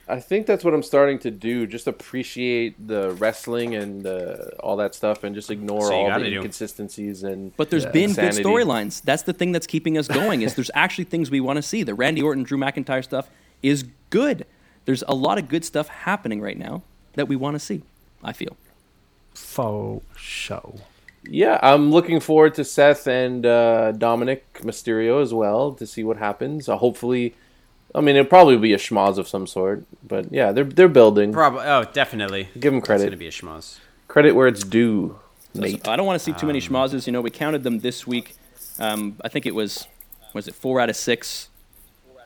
S4: I think that's what I'm starting to do. Just appreciate the wrestling and uh, all that stuff, and just ignore
S5: So you
S4: all
S5: gotta
S4: the
S5: do.
S4: inconsistencies and.
S3: But there's
S4: Yeah.
S3: been
S4: Insanity.
S3: good storylines. That's the thing that's keeping us going. Is there's actually things we want to see. The Randy Orton, Drew McIntyre stuff is good. There's a lot of good stuff happening right now that we want to see. I feel.
S6: faux show.
S4: yeah, I'm looking forward to Seth and uh, Dominic Mysterio as well to see what happens. Uh, hopefully, I mean it'll probably be a schmoz of some sort, but yeah, they're they're building.
S5: Probably. Oh, definitely.
S4: Give 'em
S5: It's
S4: credit.
S5: gonna be a schmoz.
S4: Credit where it's due, mate.
S3: I don't want to see too
S4: Um,
S3: many schmozzes. You know, we counted them this week. Um, I think it was, was it four out of six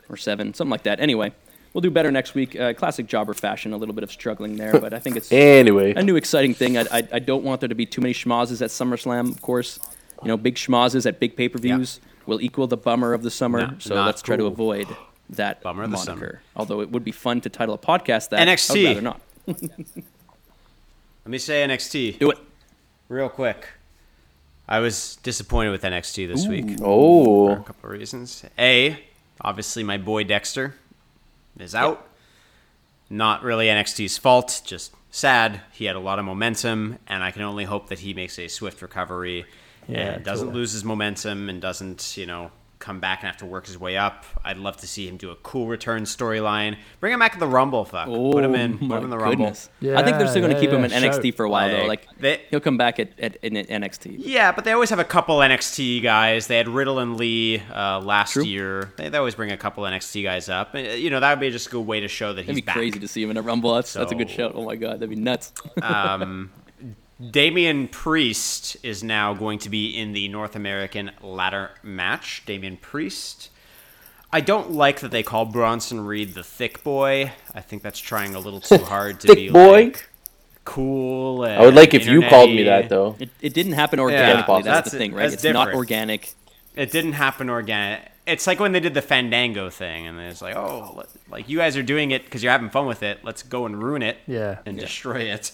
S3: or seven, something like that. Anyway, We'll do better next week. Uh, classic jobber fashion, a little bit of struggling there, but I think it's
S4: Anyway,
S3: a new exciting thing. I, I, I don't want there to be too many schmazzes at SummerSlam, of course. You know, big schmazzes at big pay per views will equal the bummer of the summer.
S5: No,
S3: so
S5: not
S3: let's try to
S5: cool.
S3: avoid that
S5: Bummer of the
S3: moniker.
S5: summer.
S3: Although it would be fun to title a podcast that
S5: NXT.
S3: I'd rather not.
S5: Let me say NXT
S3: Do it.
S5: real quick. I was disappointed with NXT this week for a
S4: oh,
S5: couple of reasons. A, obviously my boy Dexter is out. Not really NXT's fault, just sad. He had a lot of momentum, and I can only hope that he makes a swift recovery and doesn't lose his momentum and doesn't, you know, come back and have to work his way up. I'd love to see him do a cool return storyline. Bring him back at the Rumble, fuck. Put him in. Put
S3: Oh my
S5: him in the Rumble.
S3: goodness. I think they're still going to
S6: Yeah,
S3: keep him
S6: yeah,
S3: in
S6: yeah,
S3: NXT
S6: shout.
S3: for a while, though. Like
S5: Like, they-
S3: he'll come back at, at in NXT.
S5: Yeah, but they always have a couple NXT guys. They had Riddle and Lee uh, last
S3: True.
S5: year. They, they always bring a couple NXT guys up. Uh, You know, that would be just a good way to show that he's
S3: It'd be
S5: back.
S3: crazy to see him in a Rumble. That's, that's a good
S5: So-
S3: shout. Oh my god, that'd be nuts.
S5: Damian Priest is now going to be in the North American ladder match. Damian Priest. I don't like that they call Bronson Reed the thick boy. I think that's trying a little too hard to
S4: Thick
S5: be
S4: boy?
S5: like, cool.
S4: I would like if you called me that though.
S3: It, it didn't happen organically. that's,
S5: that's
S3: the
S5: it.
S3: thing, right? it's
S5: That's
S3: not
S5: different.
S3: organic.
S5: It didn't happen organic. It's like when they did the Fandango thing, and it's like, oh, let- like you guys are doing it because you're having fun with it. Let's go and ruin it,
S6: Yeah.
S5: and destroy it.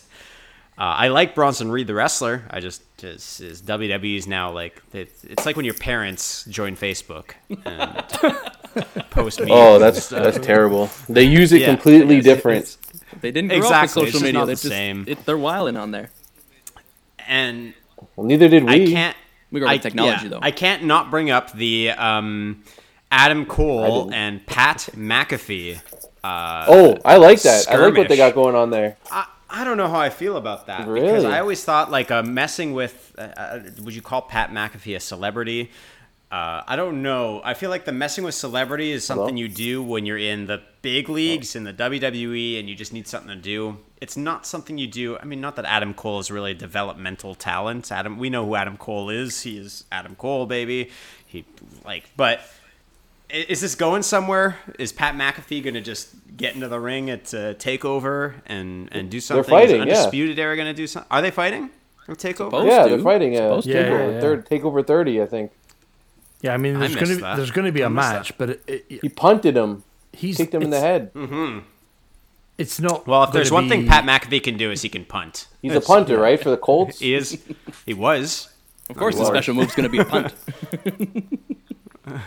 S5: Uh, I like Bronson Reed, the wrestler. I just his, his WWE is now like it's, it's like when your parents join Facebook and post memes.
S4: Oh,
S5: and
S4: that's
S5: stuff.
S4: that's terrible. They use it
S5: Yeah.
S4: completely
S5: It's-
S4: different.
S3: They didn't grow
S5: Exactly,
S3: up
S5: it's
S3: with social
S5: just
S3: media.
S5: not
S3: They're
S5: the same.
S3: It, they're wilding on there.
S5: and
S4: Well, neither did
S5: I
S4: we.
S5: can't.
S3: We go with
S5: I-
S3: technology,
S5: yeah,
S3: though.
S5: I can't not bring up the um, Adam Cole
S4: didn't.
S5: and Pat McAfee. Uh,
S4: Oh, I like that. I like what they
S5: skirmish.
S4: got going on there.
S5: I, I don't know how I feel about that because
S4: Really?
S5: I always thought like uh, messing with uh, uh, would you call Pat McAfee a celebrity? Uh, I don't know. I feel like the messing with celebrity is something you do when you're in the big leagues in the WWE and you just need something to do. It's not something you do. I mean, not that Adam Cole is really a developmental talent. Adam, we know who Adam Cole is. He is Adam Cole, baby. He like, but I- Is this going somewhere? Is Pat McAfee going to just get into the ring at uh, Takeover and and do something?
S4: fighting,
S5: Is
S4: yeah.
S5: Undisputed Era going to do something? Are they fighting? At Takeover.
S3: Supposed
S4: Yeah,
S3: to.
S4: they're fighting a
S3: Supposed
S6: to. Yeah,
S4: takeover
S6: yeah, yeah.
S4: third takeover thirty. I think
S6: Yeah, I mean, there's
S5: missed
S6: going to be
S5: that.
S6: there's going to be a match, but it, it,
S4: he punted him,
S6: he's
S4: kicked him in the
S6: it's-
S4: head.
S6: It's not.
S5: Well, if there's
S6: gonna
S5: one thing
S6: be-
S5: Pat McAfee can do is he can punt.
S4: He's a punter, right, for the Colts.
S5: He is. He was.
S3: Of course, the
S4: Lord.
S3: special move's going to be a punt.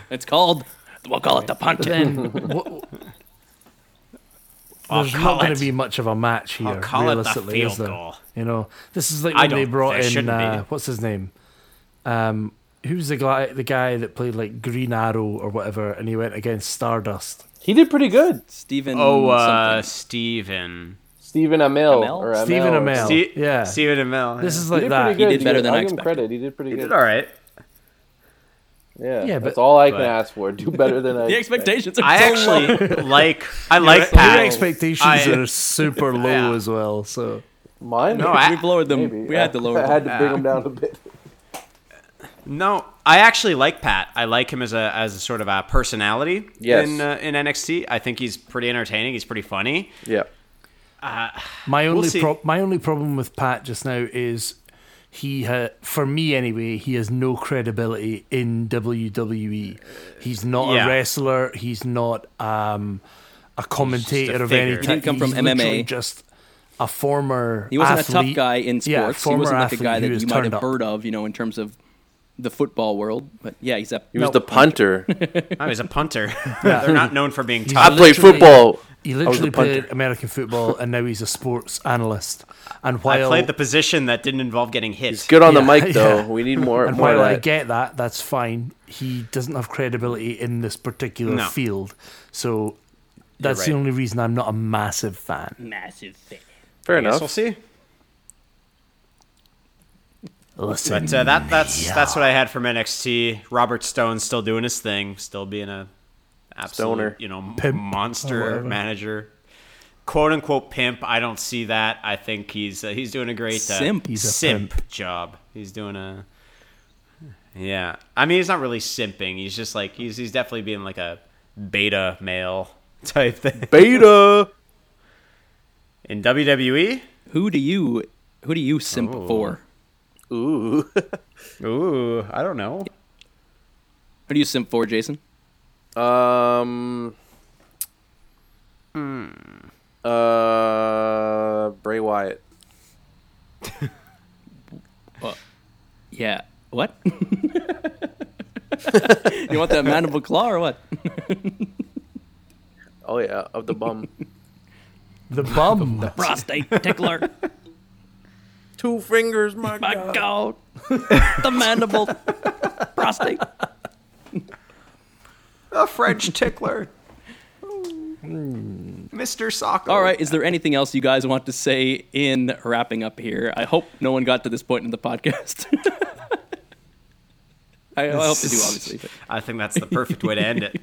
S3: it's called. We'll call it the punt.
S6: then what,
S5: I'll
S6: there's
S5: call
S6: not going
S5: it.
S6: to be much of a match here.
S5: I'll call it the
S6: realistically,
S5: field
S6: is there?
S5: goal.
S6: You know, this is like
S5: I
S6: when they
S5: don't-
S6: brought
S5: there
S6: in
S5: shouldn't
S6: uh,
S5: be.
S6: what's his name? Um, who's the guy? The guy that played like Green Arrow or whatever, and he went against Stardust.
S4: He did pretty good.
S3: Steven.
S5: Oh, uh,
S3: something.
S5: Stephen.
S4: Stephen Amell.
S3: Amell?
S4: Or Amell
S6: Stephen
S4: or-
S6: Amell.
S5: Ste-
S6: yeah.
S5: Stephen Amell.
S6: This is
S4: He
S6: like
S4: did
S6: that.
S4: pretty good.
S3: did better than I
S4: I'll give him
S3: expected.
S4: credit. He did pretty
S5: He
S4: good.
S5: did all right.
S4: Yeah,
S6: Yeah,
S4: that's
S6: but-
S4: all I can
S5: but-
S4: ask for. Do better than I.
S3: the
S4: expected.
S3: expectations are
S5: I
S3: so low.
S5: actually like. I like Pat.
S6: Your expectations
S5: I-
S6: are super low
S5: Yeah.
S6: as well. So
S4: Mine.
S5: No, I-
S3: We've lowered them.
S4: Maybe.
S3: We had to lower
S4: I
S3: them.
S4: had to bring him down a bit.
S5: No, I actually like Pat. I like him as a as a sort of a personality
S4: Yes.
S5: in uh, in NXT. I think he's pretty entertaining. He's pretty funny.
S4: Yeah.
S6: My only
S5: see.
S6: pro- my only problem with Pat just now is he ha- for me anyway he has no credibility in WWE. He's not
S5: Yeah.
S6: a wrestler. He's not um, a commentator of any
S5: figure.
S6: type.
S5: He
S3: didn't come from
S6: He's literally
S3: MMA.
S6: Just a former.
S3: He wasn't a tough
S6: athlete.
S3: guy in sports.
S6: Yeah,
S3: he
S6: former
S3: wasn't like a
S6: athlete
S3: guy
S6: who
S3: that
S6: has
S3: you might
S6: turned
S3: have
S6: up.
S3: heard of, you know, in terms of the football world. But yeah, he's a
S4: He was
S6: No.
S4: the punter.
S5: I was Oh, a punter. They're not known for being
S4: I
S5: tough.
S4: played
S6: Literally-
S4: football.
S6: He
S4: I was
S6: literally
S4: the punter.
S6: played American football, and now he's a sports analyst. And
S5: I
S6: while
S5: played the position that didn't involve getting hit.
S4: Good on the
S6: Yeah,
S4: mic though.
S6: yeah.
S4: We need more.
S6: And
S4: more
S6: while
S4: of
S6: I
S4: that.
S6: get that, that's fine. He doesn't have credibility in this particular
S5: No.
S6: field, so that's the
S5: right.
S6: only reason I'm not a massive fan.
S3: massive fan.
S4: Fair
S5: I guess
S4: enough.
S5: we'll see.
S6: Listen,
S5: But uh, that that's that's what I had from NXT. Robert Stone still doing his thing, still being a absolute
S4: Stoner.
S5: you know m-
S6: Pimp or
S5: monster
S6: whatever.
S5: manager, quote unquote pimp. I don't see that. I think he's uh, he's doing a great uh,
S3: Simp.
S6: He's a
S5: simp job. He's doing a yeah. I mean, he's not really simping. He's just like he's he's definitely being like a beta male type thing.
S4: Beta.
S5: In E? WWE?
S3: Who do you who do you simp for?
S4: Ooh.
S5: Ooh, I don't know.
S3: Who do you simp for, Jason?
S4: um.
S5: Hmm.
S4: Uh, Bray Wyatt.
S3: Yeah. What? you want that mandible claw or what?
S4: Oh yeah, of the bum.
S6: The bum.
S3: Prostate tickler.
S4: Two fingers, my,
S3: My
S4: God.
S3: God. the mandible. Prostate.
S5: A French tickler. Mr. Soccer.
S3: All right. Is there anything else you guys want to say in wrapping up here? I hope no one got to this point in the podcast. I, I hope they do, obviously. but-
S5: I think that's the perfect way to end it.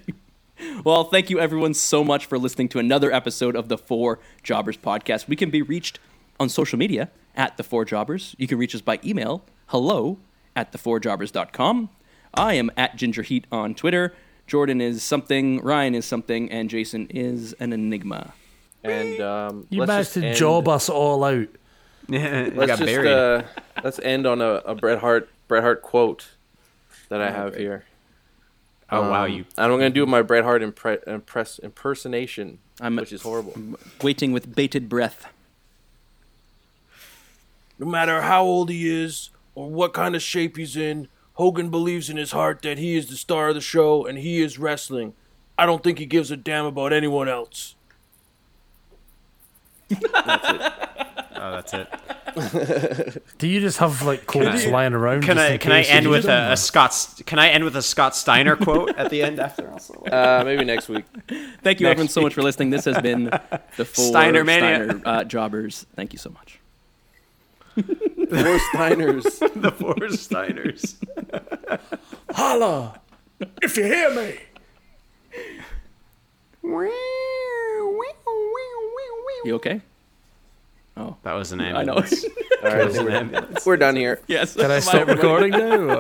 S3: Well, thank you everyone so much for listening to another episode of the Four Jobbers podcast. We can be reached on social media at the Four Jobbers. You can reach us by email, hello at thefourjobbers.com. I am at Ginger Heat on Twitter. Jordan is something, Ryan is something, and Jason is an enigma.
S4: And um,
S6: You
S4: let's
S6: managed
S4: just
S6: to
S4: end-
S6: job us all out.
S5: Yeah,
S4: Let's
S5: got
S4: just
S5: buried.
S4: uh, let's end on a, a Bret Hart Bret Hart quote that I have here.
S5: oh wow,
S4: Um,
S5: you
S4: And I'm gonna do my Bret Hart impre- impress impersonation,
S3: I'm-
S4: which is horrible.
S3: Waiting with bated breath.
S4: No matter how old he is or what kind of shape he's in, Hogan believes in his heart that he is the star of the show and he is wrestling. I don't think he gives a damn about anyone else.
S5: Oh, that's it.
S6: Do you just have like quotes
S5: I-
S6: lying around?
S5: Can
S6: just
S5: I
S6: in
S5: can I
S6: case you
S5: end
S6: need
S5: with
S6: them?
S5: a, a Scott? Can I end with a Scott Steiner quote at the end after? Also,
S4: Uh, maybe next week.
S3: Thank you
S5: Next
S3: everyone so much for listening. This has been the Four
S5: Steiner Mania.
S3: Steiner, uh, Jobbers. Thank you so much.
S4: Four Steiners.
S5: the four Steiners.
S6: Holla! If you hear me.
S3: You okay?
S5: That was an
S3: I know.
S5: ambulance.
S4: All right, I think
S5: That was an
S4: we're-
S5: ambulance.
S4: we're done here.
S3: yes.
S6: Can I stop recording now? or-